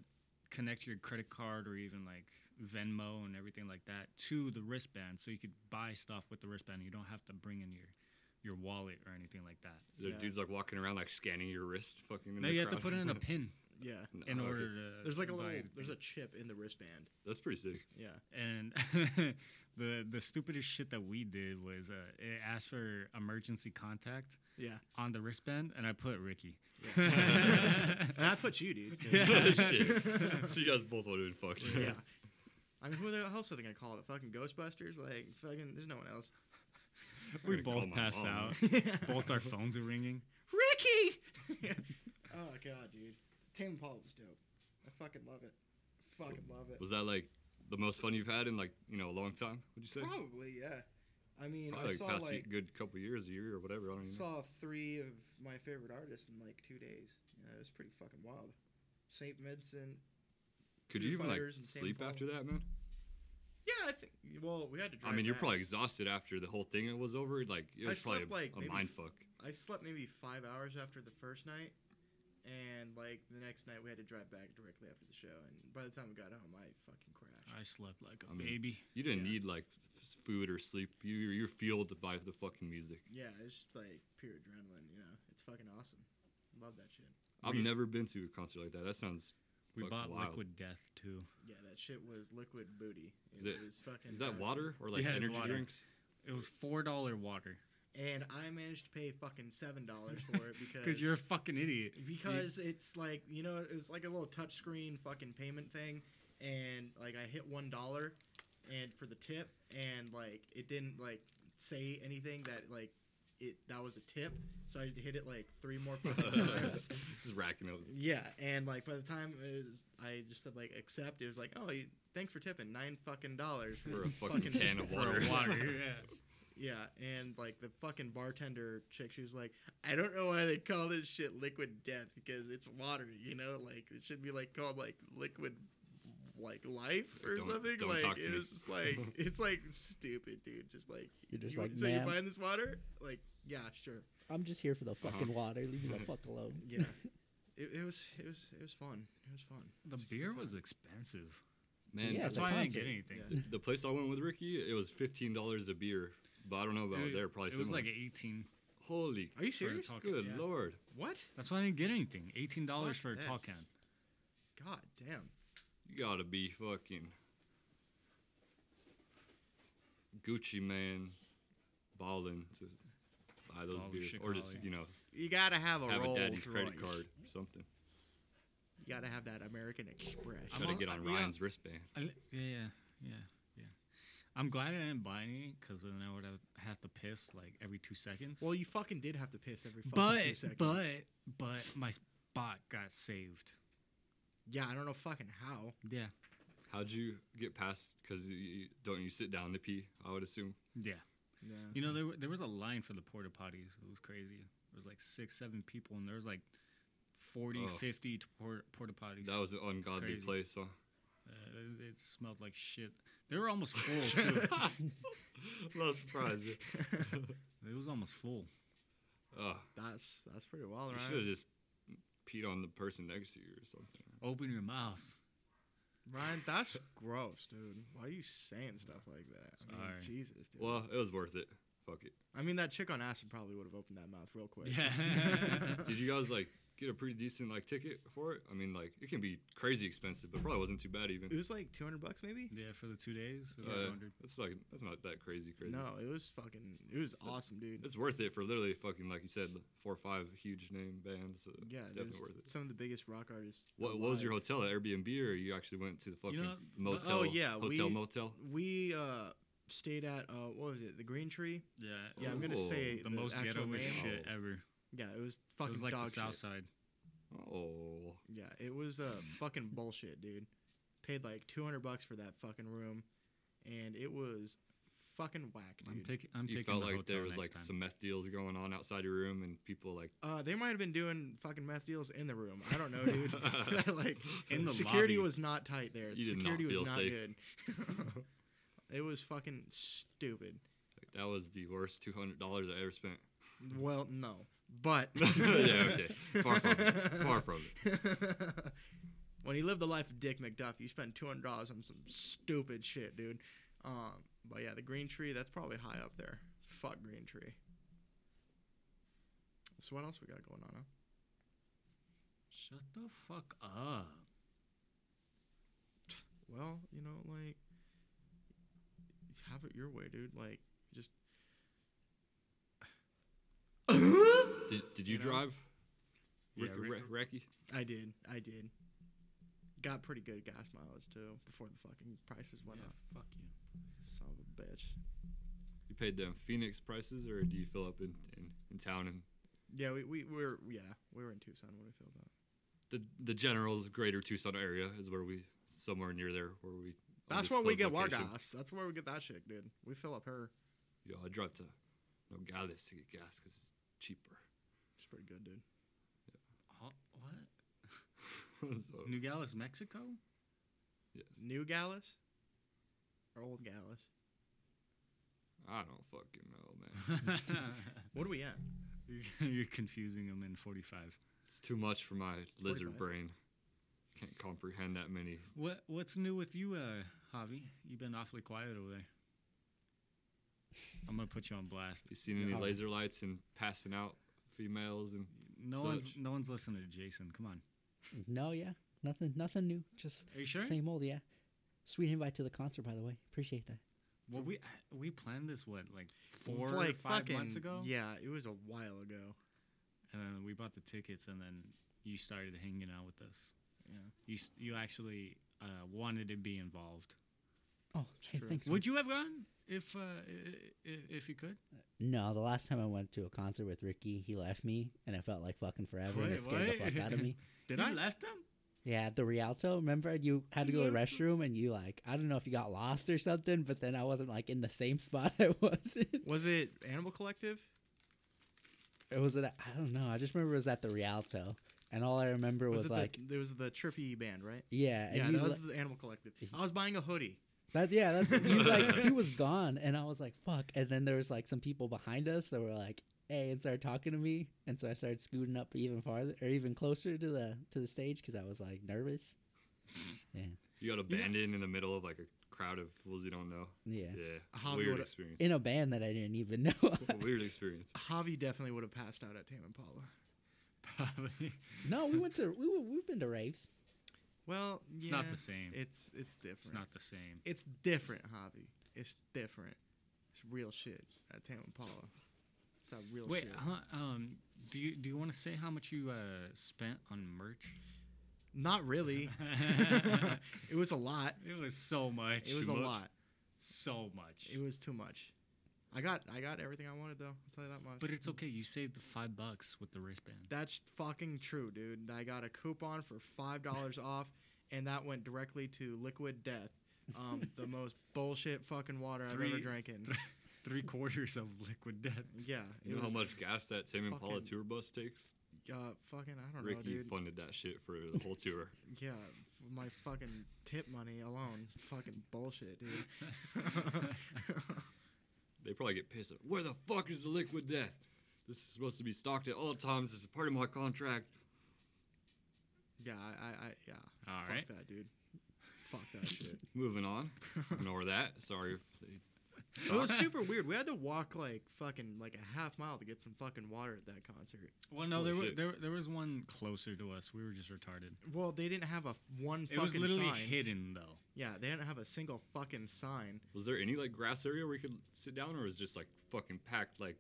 Speaker 2: connect your credit card or even like Venmo and everything like that to the wristband, so you could buy stuff with the wristband. You don't have to bring in your your wallet or anything like that.
Speaker 3: There
Speaker 1: Yeah.
Speaker 3: dudes like walking around like scanning your wrist, fucking. In
Speaker 2: No,
Speaker 3: the
Speaker 2: you have to
Speaker 3: crowd.
Speaker 2: put in a pin
Speaker 1: Yeah,
Speaker 3: No,
Speaker 2: in
Speaker 3: okay.
Speaker 2: order to.
Speaker 1: there's like a
Speaker 2: buy
Speaker 1: little
Speaker 2: anything.
Speaker 1: there's a chip in the wristband.
Speaker 3: That's pretty sick.
Speaker 1: Yeah,
Speaker 2: and the the stupidest shit that we did was uh, it asked for emergency contact
Speaker 1: yeah.
Speaker 2: on the wristband, and I put Ricky.
Speaker 1: And I put you, dude.
Speaker 3: Shit. so you guys both would have been fucked.
Speaker 1: yeah. I mean, who the else are they gonna call it? Fucking Ghostbusters? Like, fucking, there's no one else.
Speaker 2: we
Speaker 3: gonna call
Speaker 2: both
Speaker 3: my
Speaker 2: passed
Speaker 3: mom.
Speaker 2: out. both our phones are ringing.
Speaker 1: Ricky! oh, God, dude. Tame Impala was dope. I fucking love it. Fucking love it.
Speaker 3: Was that like the most fun you've had in like you know a long time? Would you say?
Speaker 5: Probably, yeah. I mean,
Speaker 3: Probably
Speaker 5: I
Speaker 3: like
Speaker 5: saw
Speaker 3: past
Speaker 5: like
Speaker 3: a good couple years, a year or whatever. I don't even know.
Speaker 5: saw three of my favorite artists in like two days. Yeah, it was pretty fucking wild. Saint Vincent.
Speaker 3: Could
Speaker 5: Foo
Speaker 3: you even like
Speaker 5: Fighters and Sam
Speaker 3: sleep
Speaker 5: Paul.
Speaker 3: after that, man?
Speaker 1: Yeah, I think. Well, we had to.
Speaker 3: I
Speaker 1: Drive
Speaker 3: mean, you're
Speaker 1: back.
Speaker 3: probably exhausted after the whole thing was over. Like it
Speaker 1: I
Speaker 3: was probably
Speaker 1: slept, like,
Speaker 3: a
Speaker 1: maybe
Speaker 3: mind
Speaker 1: f-
Speaker 3: fuck.
Speaker 1: I slept maybe five hours after the first night, and like the next night we had to drive back directly after the show. And by the time we got home, I fucking crashed.
Speaker 2: I slept like a
Speaker 3: I mean-
Speaker 2: baby.
Speaker 3: You didn't
Speaker 1: Yeah.
Speaker 3: need like f- food or sleep. You you're fueled by the fucking music.
Speaker 1: yeah, it's just like pure adrenaline. You know, it's fucking awesome. Love that shit.
Speaker 3: I've
Speaker 2: We-
Speaker 3: never been to a concert like that. That sounds.
Speaker 2: We
Speaker 3: fucking
Speaker 2: bought
Speaker 3: wild.
Speaker 2: liquid death too.
Speaker 1: Yeah, that shit was liquid booty. It
Speaker 3: Is it-
Speaker 1: was fucking.
Speaker 3: Is that
Speaker 1: awesome.
Speaker 3: water or like
Speaker 2: Yeah, it's
Speaker 3: energy
Speaker 2: water.
Speaker 3: drinks?
Speaker 2: It was four dollar water
Speaker 1: And I managed to pay fucking seven dollars for it because
Speaker 2: because you're a fucking idiot. You-
Speaker 1: because it's like you know it was like a little touchscreen fucking payment thing and like i hit one dollar and for the tip and like it didn't like say anything that like it that was a tip so i had to hit it like three more fucking times
Speaker 3: Just racking up.
Speaker 1: yeah and like by the time it was, i just said like accept it was like oh you, thanks for tipping nine fucking dollars
Speaker 3: For a
Speaker 1: this
Speaker 3: fucking can of
Speaker 2: for a
Speaker 3: Water.
Speaker 2: water, yeah.
Speaker 1: yeah, and like the fucking bartender chick, she was like, I don't know why they call this shit liquid death because it's water, you know, like it should be like called like liquid like life or
Speaker 3: Don't-
Speaker 1: something.
Speaker 3: don't
Speaker 1: like
Speaker 3: talk to
Speaker 1: it
Speaker 3: me.
Speaker 1: was just like it's like stupid, dude. Just like
Speaker 4: You're just
Speaker 1: you-
Speaker 4: like,
Speaker 1: so you're
Speaker 4: "Ma'am."
Speaker 1: buying this water? Like yeah, sure,
Speaker 4: I'm just here for
Speaker 1: Uh-huh.
Speaker 4: the fucking water. Leave me the fuck alone.
Speaker 1: yeah. it, it was it was it was fun. It was fun.
Speaker 2: The beer was expensive.
Speaker 3: Man,
Speaker 4: Yeah,
Speaker 2: That's
Speaker 4: it's a
Speaker 2: why I didn't
Speaker 4: concert.
Speaker 2: get anything.
Speaker 1: Yeah.
Speaker 3: the, the place I went with Ricky, it was fifteen dollars a beer. But I don't know about
Speaker 2: It-
Speaker 3: there. Probably
Speaker 2: it was
Speaker 3: similar.
Speaker 2: like eighteen.
Speaker 3: holy.
Speaker 1: Are you
Speaker 2: for a
Speaker 1: serious?
Speaker 2: tall can.
Speaker 3: Good
Speaker 2: Yeah.
Speaker 3: lord.
Speaker 1: What?
Speaker 2: That's why I didn't get anything. Eighteen dollars
Speaker 1: Fuck
Speaker 2: for a
Speaker 1: that.
Speaker 2: tall can.
Speaker 1: God damn.
Speaker 3: You gotta be fucking Gucci man, balling to buy those
Speaker 2: Ballin'
Speaker 3: beers, or just
Speaker 2: Shikali.
Speaker 3: you know
Speaker 1: You gotta have a
Speaker 3: have a
Speaker 1: Rolls
Speaker 3: daddy's credit
Speaker 1: Royce.
Speaker 3: card or something.
Speaker 1: You gotta have that American Express.
Speaker 2: I'm
Speaker 3: gotta
Speaker 2: all-
Speaker 3: get
Speaker 2: I-
Speaker 3: on
Speaker 2: we got-
Speaker 3: Ryan's wristband.
Speaker 2: I, li- yeah, yeah, yeah, yeah. I'm glad I didn't buy any because then I would have, have to piss like every two seconds.
Speaker 1: Well, you fucking did have to piss every fucking
Speaker 2: but
Speaker 1: two seconds.
Speaker 2: but but my spot got saved.
Speaker 1: yeah, I don't know fucking how.
Speaker 2: Yeah,
Speaker 3: How'd you get past? Because you, you, don't you sit down to pee? I would assume.
Speaker 2: yeah.
Speaker 1: Yeah.
Speaker 2: You know there wa- there was a line for the porta potties. It was crazy. There was like six, seven people, and there was like 40,
Speaker 3: Oh.
Speaker 2: 50 t- por- porta potties.
Speaker 3: That was an ungodly
Speaker 2: crazy.
Speaker 3: place. Huh?
Speaker 2: Uh, it, it smelled like shit. They were almost full too.
Speaker 3: Not surprised.
Speaker 2: it was almost full.
Speaker 3: Oh,
Speaker 1: That's that's pretty wild,
Speaker 3: you
Speaker 1: right?
Speaker 3: should have just peed on the person next to you or something.
Speaker 2: Open your mouth.
Speaker 1: Ryan, that's gross, dude. Why are you saying stuff like that? I mean,
Speaker 2: Sorry.
Speaker 1: Jesus, dude.
Speaker 3: Well, it was worth it. Fuck it.
Speaker 1: I mean, that chick on acid probably would have opened that mouth real quick.
Speaker 2: Yeah.
Speaker 3: Did you guys like get a pretty decent like ticket for it? I mean, like it can be crazy expensive, but probably wasn't too bad even.
Speaker 1: It was like 200 bucks, maybe?
Speaker 2: Yeah, for the two days. It was
Speaker 3: Uh,
Speaker 2: 200.
Speaker 3: that's like that's not that crazy crazy.
Speaker 1: No, it was fucking, it was awesome, dude.
Speaker 3: It's worth it for literally fucking like you said four or five huge name bands. So
Speaker 1: Yeah,
Speaker 3: yeah,
Speaker 1: there's
Speaker 3: definitely worth it.
Speaker 1: some of the biggest rock artists.
Speaker 3: What, what was your
Speaker 1: alive.
Speaker 3: hotel at Airbnb or you actually went to the fucking
Speaker 2: know,
Speaker 3: motel?
Speaker 1: oh, yeah,
Speaker 3: hotel
Speaker 1: we-
Speaker 3: motel.
Speaker 1: We uh, stayed at, uh, what was it, the Green Tree?
Speaker 2: Yeah.
Speaker 1: Yeah, I'm gonna
Speaker 3: Ooh.
Speaker 1: say
Speaker 2: the, most
Speaker 1: actual
Speaker 2: ghetto
Speaker 1: name.
Speaker 2: shit
Speaker 3: Oh.
Speaker 2: ever.
Speaker 1: Yeah, it was
Speaker 2: it
Speaker 1: fucking
Speaker 2: was like
Speaker 1: dog
Speaker 2: the
Speaker 1: shit.
Speaker 2: South Side.
Speaker 3: Oh,
Speaker 1: Yeah, it was uh, fucking bullshit, dude. Paid like 200 bucks for that fucking room, and it was fucking whack,
Speaker 2: I'm
Speaker 1: dude.
Speaker 2: picking. I'm
Speaker 3: you
Speaker 2: picking
Speaker 3: felt
Speaker 2: the
Speaker 3: like
Speaker 2: hotel
Speaker 3: there was
Speaker 2: next
Speaker 3: like
Speaker 2: time.
Speaker 3: some meth deals going on outside your room and people like
Speaker 1: Uh, they might have been doing fucking meth deals in the room. I don't know, dude. like,
Speaker 2: In the
Speaker 1: security
Speaker 2: lobby.
Speaker 1: was not tight there.
Speaker 3: You did not
Speaker 1: security
Speaker 3: feel
Speaker 1: was not
Speaker 3: safe.
Speaker 1: good. it was fucking stupid.
Speaker 3: that was the worst two hundred dollars I ever spent.
Speaker 1: Well, no, but
Speaker 3: yeah, okay, far from it, far from it.
Speaker 1: when you live the life of Dick McDuff, you spend two hundred dollars on some stupid shit, dude. Um, but yeah, the Green Tree, that's probably high up there. Fuck Green Tree. So what else we got going on? Huh?
Speaker 2: Shut the fuck up.
Speaker 1: Well, you know, like have it your way, dude. Like just
Speaker 3: Did, did you,
Speaker 1: You know?
Speaker 3: drive?
Speaker 2: Yeah,
Speaker 3: Rick,
Speaker 2: Rick-
Speaker 3: Rick- Ricky?
Speaker 1: I did, I did. Got pretty good gas mileage too before the fucking prices went
Speaker 2: Yeah,
Speaker 1: up.
Speaker 2: fuck you.
Speaker 1: Son of a bitch.
Speaker 3: You paid them Phoenix prices, or do you fill up in, in, in town and
Speaker 1: Yeah, we, we were yeah, we were in Tucson when we filled up.
Speaker 3: the the general greater Tucson area is where we somewhere near there where we I
Speaker 1: That's
Speaker 3: just
Speaker 1: where we
Speaker 3: closed
Speaker 1: get
Speaker 3: location.
Speaker 1: Wargas. That's where we get that shit, dude. We fill up her.
Speaker 3: Yo, I drive to Nogales to get gas because it's cheaper.
Speaker 1: She's pretty good, dude.
Speaker 2: Huh? What?
Speaker 3: So,
Speaker 2: Nogales, Mexico?
Speaker 3: yes.
Speaker 1: New Gallus or old Gallus?
Speaker 3: I don't fucking know, man.
Speaker 2: You're-
Speaker 1: What are we at?
Speaker 2: You're confusing them in 45.
Speaker 3: It's too much for my lizard
Speaker 1: 45.
Speaker 3: brain. Can't comprehend that many.
Speaker 2: What What's new with you, uh, Javi? You've been awfully quiet over there. I'm gonna put you on blast.
Speaker 3: You seen any
Speaker 4: Yeah.
Speaker 3: laser lights and passing out females and
Speaker 2: No one's
Speaker 3: Such.
Speaker 2: No one's listening to Jason. Come on.
Speaker 4: No, yeah, nothing, nothing new. Just
Speaker 2: Are you sure?
Speaker 4: same old, yeah. Sweet invite to the concert, by the way. Appreciate that.
Speaker 2: Well, we I- we planned this what like four
Speaker 1: For,
Speaker 2: or five months ago.
Speaker 1: Yeah, it was a while ago.
Speaker 2: And then we bought the tickets, and then you started hanging out with us.
Speaker 1: Yeah.
Speaker 2: You s- you actually uh, wanted to be involved.
Speaker 4: Oh, hey,
Speaker 1: true.
Speaker 4: thanks. man.
Speaker 2: Would you have gone if uh, if, if you could?
Speaker 4: No, the last time I went to a concert with Ricky, he left me, and I felt like fucking forever, and
Speaker 2: Wait,
Speaker 4: it scared the
Speaker 2: what?
Speaker 4: fuck out of me.
Speaker 1: Did
Speaker 2: you
Speaker 1: I?
Speaker 2: left them?
Speaker 4: Yeah, at the Rialto, remember you had to go to the restroom, and you like, I don't know if you got lost or something, but then I wasn't like in the same spot I was in.
Speaker 1: Was it Animal Collective?
Speaker 4: It was at I don't know. I just remember it was at the Rialto, and all I remember was,
Speaker 1: it
Speaker 4: like,
Speaker 1: the, it was the trippy band, right?
Speaker 4: yeah, and
Speaker 1: Yeah,
Speaker 4: you
Speaker 1: that
Speaker 4: le-
Speaker 1: was the Animal Collective. I was buying a hoodie.
Speaker 4: That yeah, that's he like he was gone, and I was like, "Fuck!" And then there was like some people behind us that were like, "Hey," and started talking to me, and so I started scooting up even farther or even closer to the to the stage because I was like nervous. yeah,
Speaker 3: you got abandoned in the middle of like a crowd of fools you don't know?
Speaker 4: yeah,
Speaker 3: Yeah.
Speaker 1: How
Speaker 3: Weird
Speaker 1: would I-
Speaker 3: experience.
Speaker 4: in a band that I didn't even know.
Speaker 3: Weird experience.
Speaker 1: Javi definitely would have passed out at Tame Impala.
Speaker 2: Probably.
Speaker 4: no, we went to we were, we've been to raves.
Speaker 1: Well,
Speaker 2: It's
Speaker 1: yeah,
Speaker 2: not the same.
Speaker 1: It's it's different.
Speaker 2: It's not the same.
Speaker 1: It's different, Javi. It's different. It's real shit at Tame Impala. It's that real
Speaker 2: Wait,
Speaker 1: shit.
Speaker 2: huh, um, do you do you want to say how much you uh, spent on merch?
Speaker 1: Not really. it was a lot.
Speaker 2: It was so much.
Speaker 1: It was a
Speaker 3: much.
Speaker 1: lot.
Speaker 2: So much.
Speaker 1: It was too much. I got I got everything I wanted though. I'll tell you that much.
Speaker 2: but it's okay. You saved the five bucks with the wristband.
Speaker 1: That's fucking true, dude. I got a coupon for five dollars off, and that went directly to Liquid Death, um, the most bullshit fucking water I've ever
Speaker 2: Three-
Speaker 1: drank in.
Speaker 2: Three quarters of liquid death.
Speaker 1: Yeah,
Speaker 3: You
Speaker 1: it
Speaker 3: know how
Speaker 1: was,
Speaker 3: much gas that Tame Impala
Speaker 1: fucking-
Speaker 3: tour bus takes?
Speaker 1: uh, fucking I don't know,
Speaker 3: Ricky
Speaker 1: dude.
Speaker 3: funded that shit for the whole tour.
Speaker 1: yeah, my fucking tip money alone, fucking bullshit, dude.
Speaker 3: They probably get pissed. Like, Where the fuck is the liquid death? This is supposed to be stocked at all times. It's a part of my contract.
Speaker 1: Yeah, I, I, I yeah.
Speaker 2: All
Speaker 1: Fuck
Speaker 2: right.
Speaker 1: that, dude. Fuck that shit.
Speaker 3: Moving on. Ignore that. Sorry if they
Speaker 1: it was super weird. We had to walk like fucking like a half mile to get some fucking water at that concert.
Speaker 2: Well, no,
Speaker 3: Holy
Speaker 2: there, wa-
Speaker 3: shit.
Speaker 2: there there was one closer to us. We were just retarded.
Speaker 1: Well, they didn't have a f- one
Speaker 2: It
Speaker 1: fucking
Speaker 2: was literally
Speaker 1: sign.
Speaker 2: hidden though.
Speaker 1: Yeah, they didn't have a single fucking sign.
Speaker 3: Was there any like grass area where we could sit down, or was it just like fucking packed like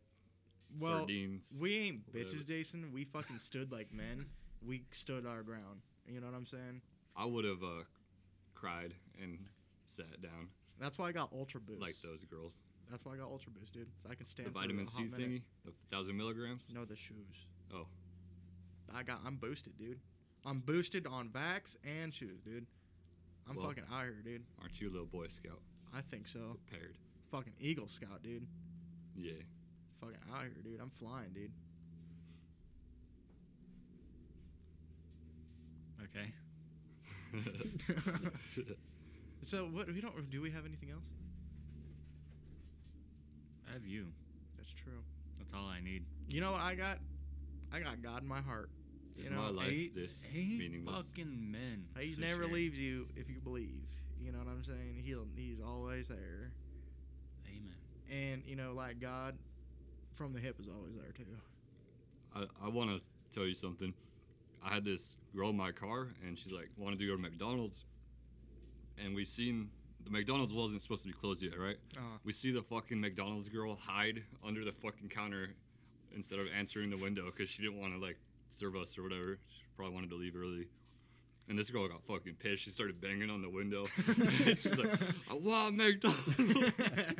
Speaker 1: Well,
Speaker 3: sardines?
Speaker 1: We ain't
Speaker 3: Whatever.
Speaker 1: bitches, Jason. We fucking stood like men. We stood our ground. You know what I'm saying?
Speaker 3: I would have uh, cried and sat down
Speaker 1: That's why I got Ultra Boost.
Speaker 3: like those girls.
Speaker 1: That's why I got Ultra Boost, dude. So I can stand
Speaker 3: The
Speaker 1: for
Speaker 3: vitamin
Speaker 1: a
Speaker 3: C
Speaker 1: hot minute.
Speaker 3: thingy, the thousand milligrams.
Speaker 1: No, the shoes.
Speaker 3: Oh,
Speaker 1: I got. I'm boosted, dude. I'm boosted on Vax and shoes, dude. I'm
Speaker 3: Well.
Speaker 1: fucking out here, dude.
Speaker 3: aren't you a little boy scout
Speaker 1: I think so.
Speaker 3: prepared?
Speaker 1: Fucking Eagle Scout, dude.
Speaker 3: Yeah.
Speaker 1: Fucking out here, dude. I'm flying, dude.
Speaker 2: Okay.
Speaker 1: So what? We don't. Do we have anything else?
Speaker 2: I have you.
Speaker 1: That's true.
Speaker 2: That's all I need.
Speaker 1: You know what I got? I got God in my heart.
Speaker 3: Is
Speaker 1: You
Speaker 3: my
Speaker 1: know,
Speaker 3: life
Speaker 2: Eight-
Speaker 3: this
Speaker 2: eight
Speaker 3: meaningless?
Speaker 2: fucking men.
Speaker 1: He
Speaker 2: So
Speaker 1: never
Speaker 2: sure.
Speaker 1: leaves you if you believe. You know what I'm saying? He'll he's always there.
Speaker 2: Amen.
Speaker 1: And you know, like God from the hip is always there too.
Speaker 3: I, I want to tell you something. I had this girl in my car, and she's like, wanted to go to McDonald's. And we seen the McDonald's wasn't supposed to be closed yet, right?
Speaker 1: Uh-huh.
Speaker 3: We see the fucking McDonald's girl hide under the fucking counter instead of answering the window because she didn't want to like serve us or whatever. She probably wanted to leave early. And this girl got fucking pissed. She started banging on the window. She's like, "I want McDonald's."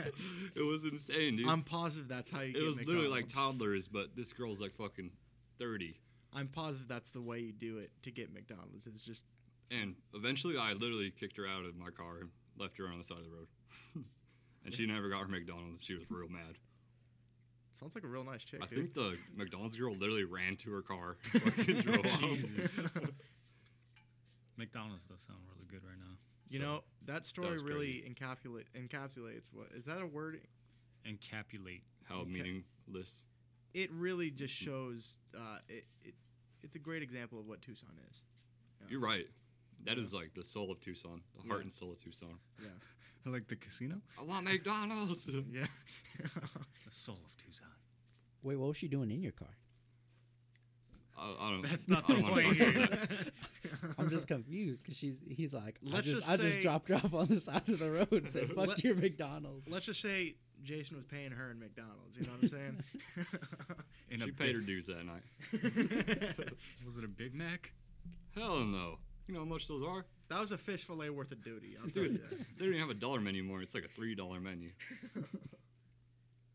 Speaker 3: it was insane, dude.
Speaker 1: I'm positive that's how you
Speaker 3: it
Speaker 1: get
Speaker 3: was literally like
Speaker 1: McDonald's.
Speaker 3: toddlers, but this girl's like fucking thirty.
Speaker 1: I'm positive that's the way you do it to get McDonald's. It's just
Speaker 3: And eventually, I literally kicked her out of my car and left her on the side of the road. and she never got her McDonald's. She was real mad.
Speaker 1: Sounds like a real nice chick.
Speaker 3: I
Speaker 1: dude.
Speaker 3: think the McDonald's girl literally ran to her car. Fucking drove off.
Speaker 2: Jesus. McDonald's does sound really good right now.
Speaker 1: you
Speaker 3: So,
Speaker 1: know that story
Speaker 3: was
Speaker 1: really encapsulate encapsulates what is that a word?
Speaker 2: Encapulate.
Speaker 3: How
Speaker 1: Okay.
Speaker 3: meaningless.
Speaker 1: It really just shows. Uh, it, it it's a great example of what Tucson is.
Speaker 3: You're right. That is like the soul of Tucson, the heart
Speaker 1: Yeah.
Speaker 3: and soul of Tucson.
Speaker 1: Yeah,
Speaker 2: I like the casino.
Speaker 3: I want McDonald's.
Speaker 1: yeah.
Speaker 2: The soul of Tucson.
Speaker 4: Wait, what was she doing in your car?
Speaker 3: I, I don't.
Speaker 2: That's not
Speaker 3: I don't
Speaker 2: the
Speaker 3: wanna
Speaker 2: point
Speaker 3: talk about
Speaker 2: here.
Speaker 3: that.
Speaker 4: I'm just confused because she's he's like, I
Speaker 1: Let's
Speaker 4: just,
Speaker 1: just
Speaker 4: I just
Speaker 1: say-
Speaker 4: dropped her off on the side of the road and said, fuck
Speaker 1: Let-
Speaker 4: your McDonald's.
Speaker 1: Let's just say Jason was paying her in McDonald's. You know what I'm saying?
Speaker 2: In
Speaker 3: She
Speaker 2: a
Speaker 3: paid her
Speaker 2: big-
Speaker 3: dues that night.
Speaker 2: Was it a Big Mac?
Speaker 3: Hell no. You know how much those are?
Speaker 1: that was a fish fillet worth of duty. I'll tell you
Speaker 3: Dude,
Speaker 1: that.
Speaker 3: they don't even have a dollar menu anymore. It's like a three dollar menu.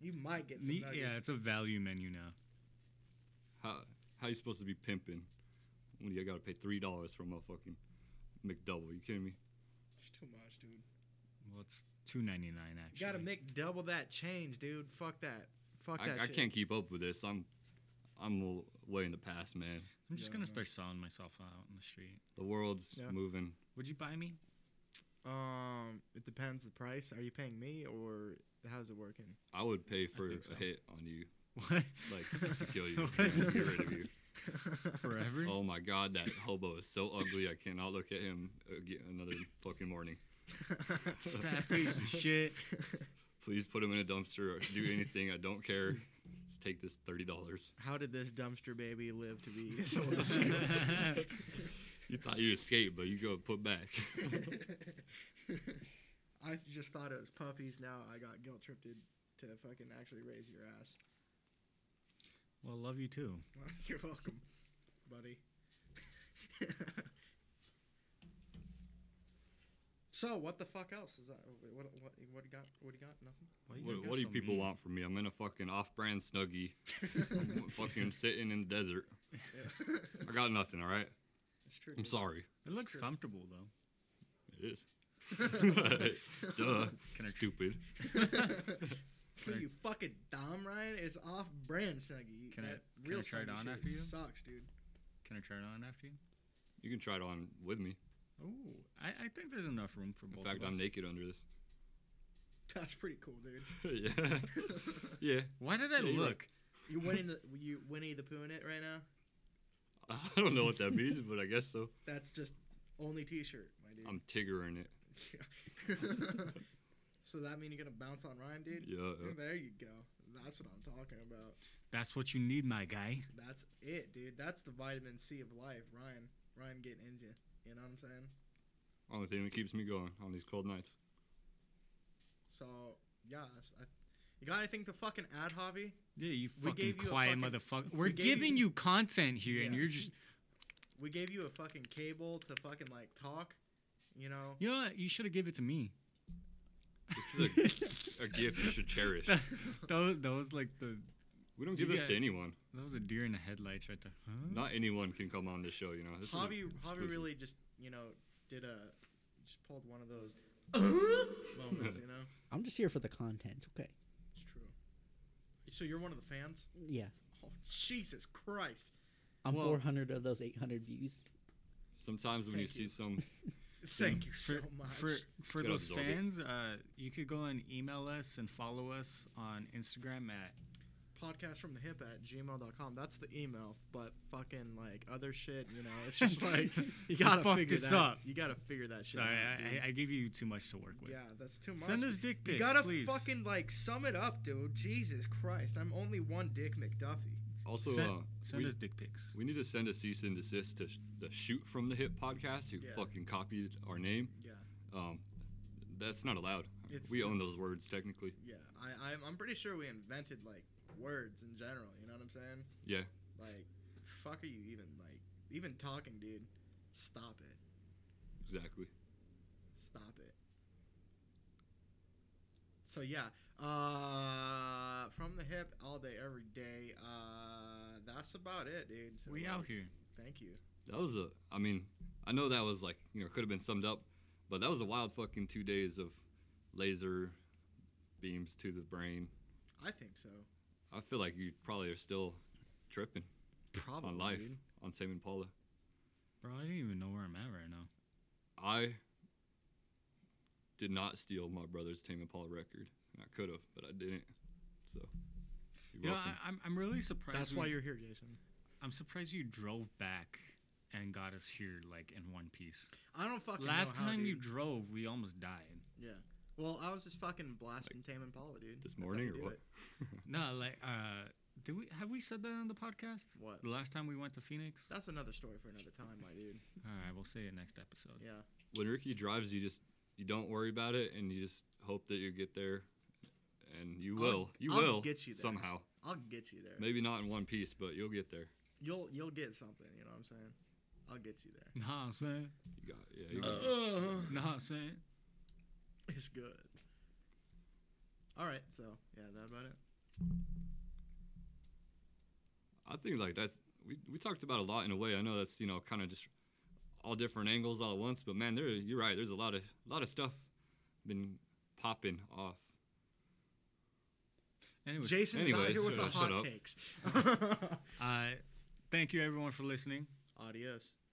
Speaker 5: You might get some
Speaker 2: Ne-
Speaker 5: nuggets.
Speaker 2: yeah, it's a value menu now.
Speaker 3: How how you supposed to be pimping when you gotta pay three dollars for a motherfucking McDouble? You kidding me?
Speaker 5: It's too much, dude.
Speaker 2: Well, it's two ninety nine
Speaker 1: You
Speaker 2: actually.
Speaker 1: gotta make double that change, dude. Fuck that. Fuck that.
Speaker 3: I, I
Speaker 1: shit.
Speaker 3: can't keep up with this. I'm I'm l- way in the past, man.
Speaker 2: I'm just
Speaker 1: Yeah, I
Speaker 2: gonna
Speaker 1: know.
Speaker 2: start selling myself out in the street.
Speaker 3: The world's
Speaker 1: Yeah.
Speaker 3: moving.
Speaker 2: Would you buy me?
Speaker 1: Um, it depends the price. Are you paying me or how's it working?
Speaker 3: I would pay for
Speaker 2: think so.
Speaker 3: a hit on you,
Speaker 2: What?
Speaker 3: like to kill you,
Speaker 2: What?
Speaker 3: to get rid of you.
Speaker 2: Forever?
Speaker 3: Oh my god, that hobo is so ugly. I cannot look at him again another fucking morning.
Speaker 2: That piece of shit.
Speaker 3: Please put him in a dumpster or do anything. I don't care. Just take this thirty dollars.
Speaker 1: How did this dumpster baby live to be? so
Speaker 3: You thought you escaped, but you go put back.
Speaker 5: I just thought it was puppies. Now I got guilt tripped to fucking actually raise your ass.
Speaker 2: well, love you too.
Speaker 5: Well, You're welcome, buddy.
Speaker 1: so what the fuck else is that? What what what you got? What do you got? Nothing.
Speaker 2: Why you
Speaker 3: what
Speaker 2: gotta go
Speaker 3: what do you
Speaker 2: so
Speaker 3: people
Speaker 2: mean?
Speaker 3: want from me? I'm in a fucking off-brand snuggie. I'm fucking sitting in the desert. I got nothing. All right.
Speaker 5: It's true.
Speaker 3: I'm
Speaker 5: dude.
Speaker 3: sorry.
Speaker 2: It looks
Speaker 5: Screw-
Speaker 2: comfortable though.
Speaker 3: It is. Duh. Stupid.
Speaker 5: For you fucking dumb, Ryan. It's off brand snuggie.
Speaker 2: Can I-
Speaker 5: That
Speaker 2: can I try it
Speaker 5: Snuggie
Speaker 2: on
Speaker 5: shit
Speaker 2: after you?
Speaker 5: Sucks, dude.
Speaker 2: Can I try it on after you?
Speaker 3: You can try it on with me.
Speaker 2: Oh, I, I think there's enough room for
Speaker 3: In
Speaker 2: both.
Speaker 3: fact,
Speaker 2: of us.
Speaker 3: I'm naked under this.
Speaker 5: That's pretty cool, dude.
Speaker 3: yeah. yeah.
Speaker 2: Why did I
Speaker 3: Yeah, you're
Speaker 2: look?
Speaker 5: You Winnie the you Winnie the Pooh in it right now.
Speaker 3: I don't know what that means, but I guess so.
Speaker 5: That's just only T-shirt, my dude.
Speaker 3: I'm tiggering it.
Speaker 5: so that mean you're gonna bounce on Ryan, dude?
Speaker 3: Yeah. uh,
Speaker 5: There you go. That's what I'm talking about.
Speaker 2: That's what you need, my guy.
Speaker 5: That's it, dude. That's the vitamin C of life, Ryan. Ryan getting injured. You know what I'm saying?
Speaker 3: Only thing that keeps me going on these cold nights.
Speaker 5: So yeah, that's- I, you got anything to fucking add, Javi?
Speaker 2: Yeah, you
Speaker 5: We
Speaker 2: fucking
Speaker 5: gave you a
Speaker 2: quiet
Speaker 5: fucking-
Speaker 2: motherfucker.
Speaker 5: we
Speaker 2: We're
Speaker 5: gave you-
Speaker 2: giving you content here, and
Speaker 5: Yeah.
Speaker 2: you're just.
Speaker 5: We gave you a fucking cable to fucking like talk. You know,
Speaker 2: You know what? You should have given it to me.
Speaker 3: This is a, a gift you should cherish.
Speaker 2: that, that was, that was like the.
Speaker 3: We don't
Speaker 2: You
Speaker 3: give this to
Speaker 2: got-
Speaker 3: anyone.
Speaker 2: That was a deer in the headlights right there. Huh?
Speaker 3: Not anyone can come on this show, you know. This is
Speaker 5: Javi Javi
Speaker 3: exclusive.
Speaker 5: really just you know did a just pulled one of those moments. You know,
Speaker 4: I'm just here for the content, okay?
Speaker 5: it's true. So you're one of the fans?
Speaker 4: Yeah.
Speaker 5: Oh Jesus Christ!
Speaker 4: I'm
Speaker 3: Well-
Speaker 4: 400 of those 800 views.
Speaker 3: Sometimes when you,
Speaker 5: Thank
Speaker 3: see
Speaker 5: you.
Speaker 3: some,
Speaker 5: Thank you so
Speaker 2: For,
Speaker 5: much.
Speaker 2: for, for
Speaker 3: gotta
Speaker 2: those
Speaker 3: absorb it.
Speaker 2: fans, uh, you could go and email us and follow us on Instagram at
Speaker 1: Podcast from the hip at gmail.com. That's the email, but fucking like other shit, you know, it's just like you gotta
Speaker 2: Fuck
Speaker 1: figure
Speaker 2: this
Speaker 1: that.
Speaker 2: up.
Speaker 1: You gotta figure that shit.
Speaker 2: Sorry,
Speaker 1: out, dude.
Speaker 2: I, I, I give you too much to work with.
Speaker 5: yeah, that's too much.
Speaker 2: Send us
Speaker 5: dude.
Speaker 2: dick pics,
Speaker 5: You gotta
Speaker 2: please.
Speaker 5: fucking like sum it up, dude. Jesus Christ! I'm only one Dick McDuffie.
Speaker 3: also
Speaker 2: send,
Speaker 3: uh,
Speaker 2: send
Speaker 3: we,
Speaker 2: us dick pics.
Speaker 3: we need to send a cease and desist to sh- the shoot from the hip podcast who
Speaker 5: Yeah.
Speaker 3: fucking copied our name.
Speaker 5: Yeah,
Speaker 3: Um, that's not allowed.
Speaker 5: It's-
Speaker 3: we own
Speaker 5: it's-
Speaker 3: those words technically.
Speaker 5: yeah. I, I'm, I'm pretty sure we invented like words in general. You know what I'm saying?
Speaker 3: Yeah.
Speaker 5: Like, fuck, are you even like even talking, dude? Stop it!
Speaker 3: Exactly.
Speaker 5: Stop it! So yeah, uh, from the hip all day, every day. Uh, that's about it, dude. So,
Speaker 2: we
Speaker 5: like,
Speaker 2: out here.
Speaker 5: Thank you.
Speaker 3: That was a. I mean, I know that was like you know could have been summed up But that was a wild fucking two days of laser beams to the brain.
Speaker 1: I think so.
Speaker 3: I feel like you probably are still tripping
Speaker 1: Probably.
Speaker 3: on life
Speaker 1: dude.
Speaker 3: on Tame Paula.
Speaker 2: Bro, I don't even know where I'm at right now.
Speaker 3: I did not steal my brother's Tame Impala record. I could have, but I didn't. So you're
Speaker 2: You know,
Speaker 3: welcome.
Speaker 2: I, I'm, I'm really surprised.
Speaker 6: That's
Speaker 2: we-
Speaker 6: why you're here, Jason.
Speaker 2: I'm surprised you drove back and got us here like in one piece.
Speaker 1: I don't fucking
Speaker 2: Last
Speaker 1: know how,
Speaker 2: time you
Speaker 1: dude.
Speaker 2: drove, we almost died.
Speaker 1: Yeah. Well, I was just fucking blasting Tame Impala, dude.
Speaker 3: this
Speaker 1: That's how
Speaker 3: morning
Speaker 1: you
Speaker 3: or
Speaker 1: do
Speaker 3: what?
Speaker 1: it.
Speaker 2: No, like, uh, did we have we said that on the podcast?
Speaker 1: What?
Speaker 2: The last time we went to Phoenix.
Speaker 1: That's another story for another time, my dude.
Speaker 2: All right, we'll say it next episode.
Speaker 1: Yeah.
Speaker 3: When Ricky drives, you just you don't worry about it, and you just hope that you get there, and you
Speaker 1: I'll-
Speaker 3: will. you
Speaker 1: I'll
Speaker 3: will
Speaker 1: get you there.
Speaker 3: somehow.
Speaker 1: I'll get you there.
Speaker 3: Maybe not in one piece, but you'll get there.
Speaker 1: You'll you'll get something. You know what I'm saying? I'll get you there.
Speaker 2: Nah, I'm saying.
Speaker 3: You got yeah. You
Speaker 2: Uh.
Speaker 3: got
Speaker 2: Nah, I'm saying.
Speaker 1: It's good. All right. So yeah, that about it.
Speaker 3: I think like that's we, we talked about a lot in a way. I know that's you know kind of just all different angles all at once, but man, there you're right. There's a lot of a lot of stuff been popping off.
Speaker 2: Anyways,
Speaker 1: Jason's out
Speaker 3: anyways,
Speaker 1: here with the
Speaker 3: uh, shut
Speaker 1: hot
Speaker 3: up.
Speaker 1: takes.
Speaker 2: uh, thank you everyone for listening.
Speaker 1: Adios.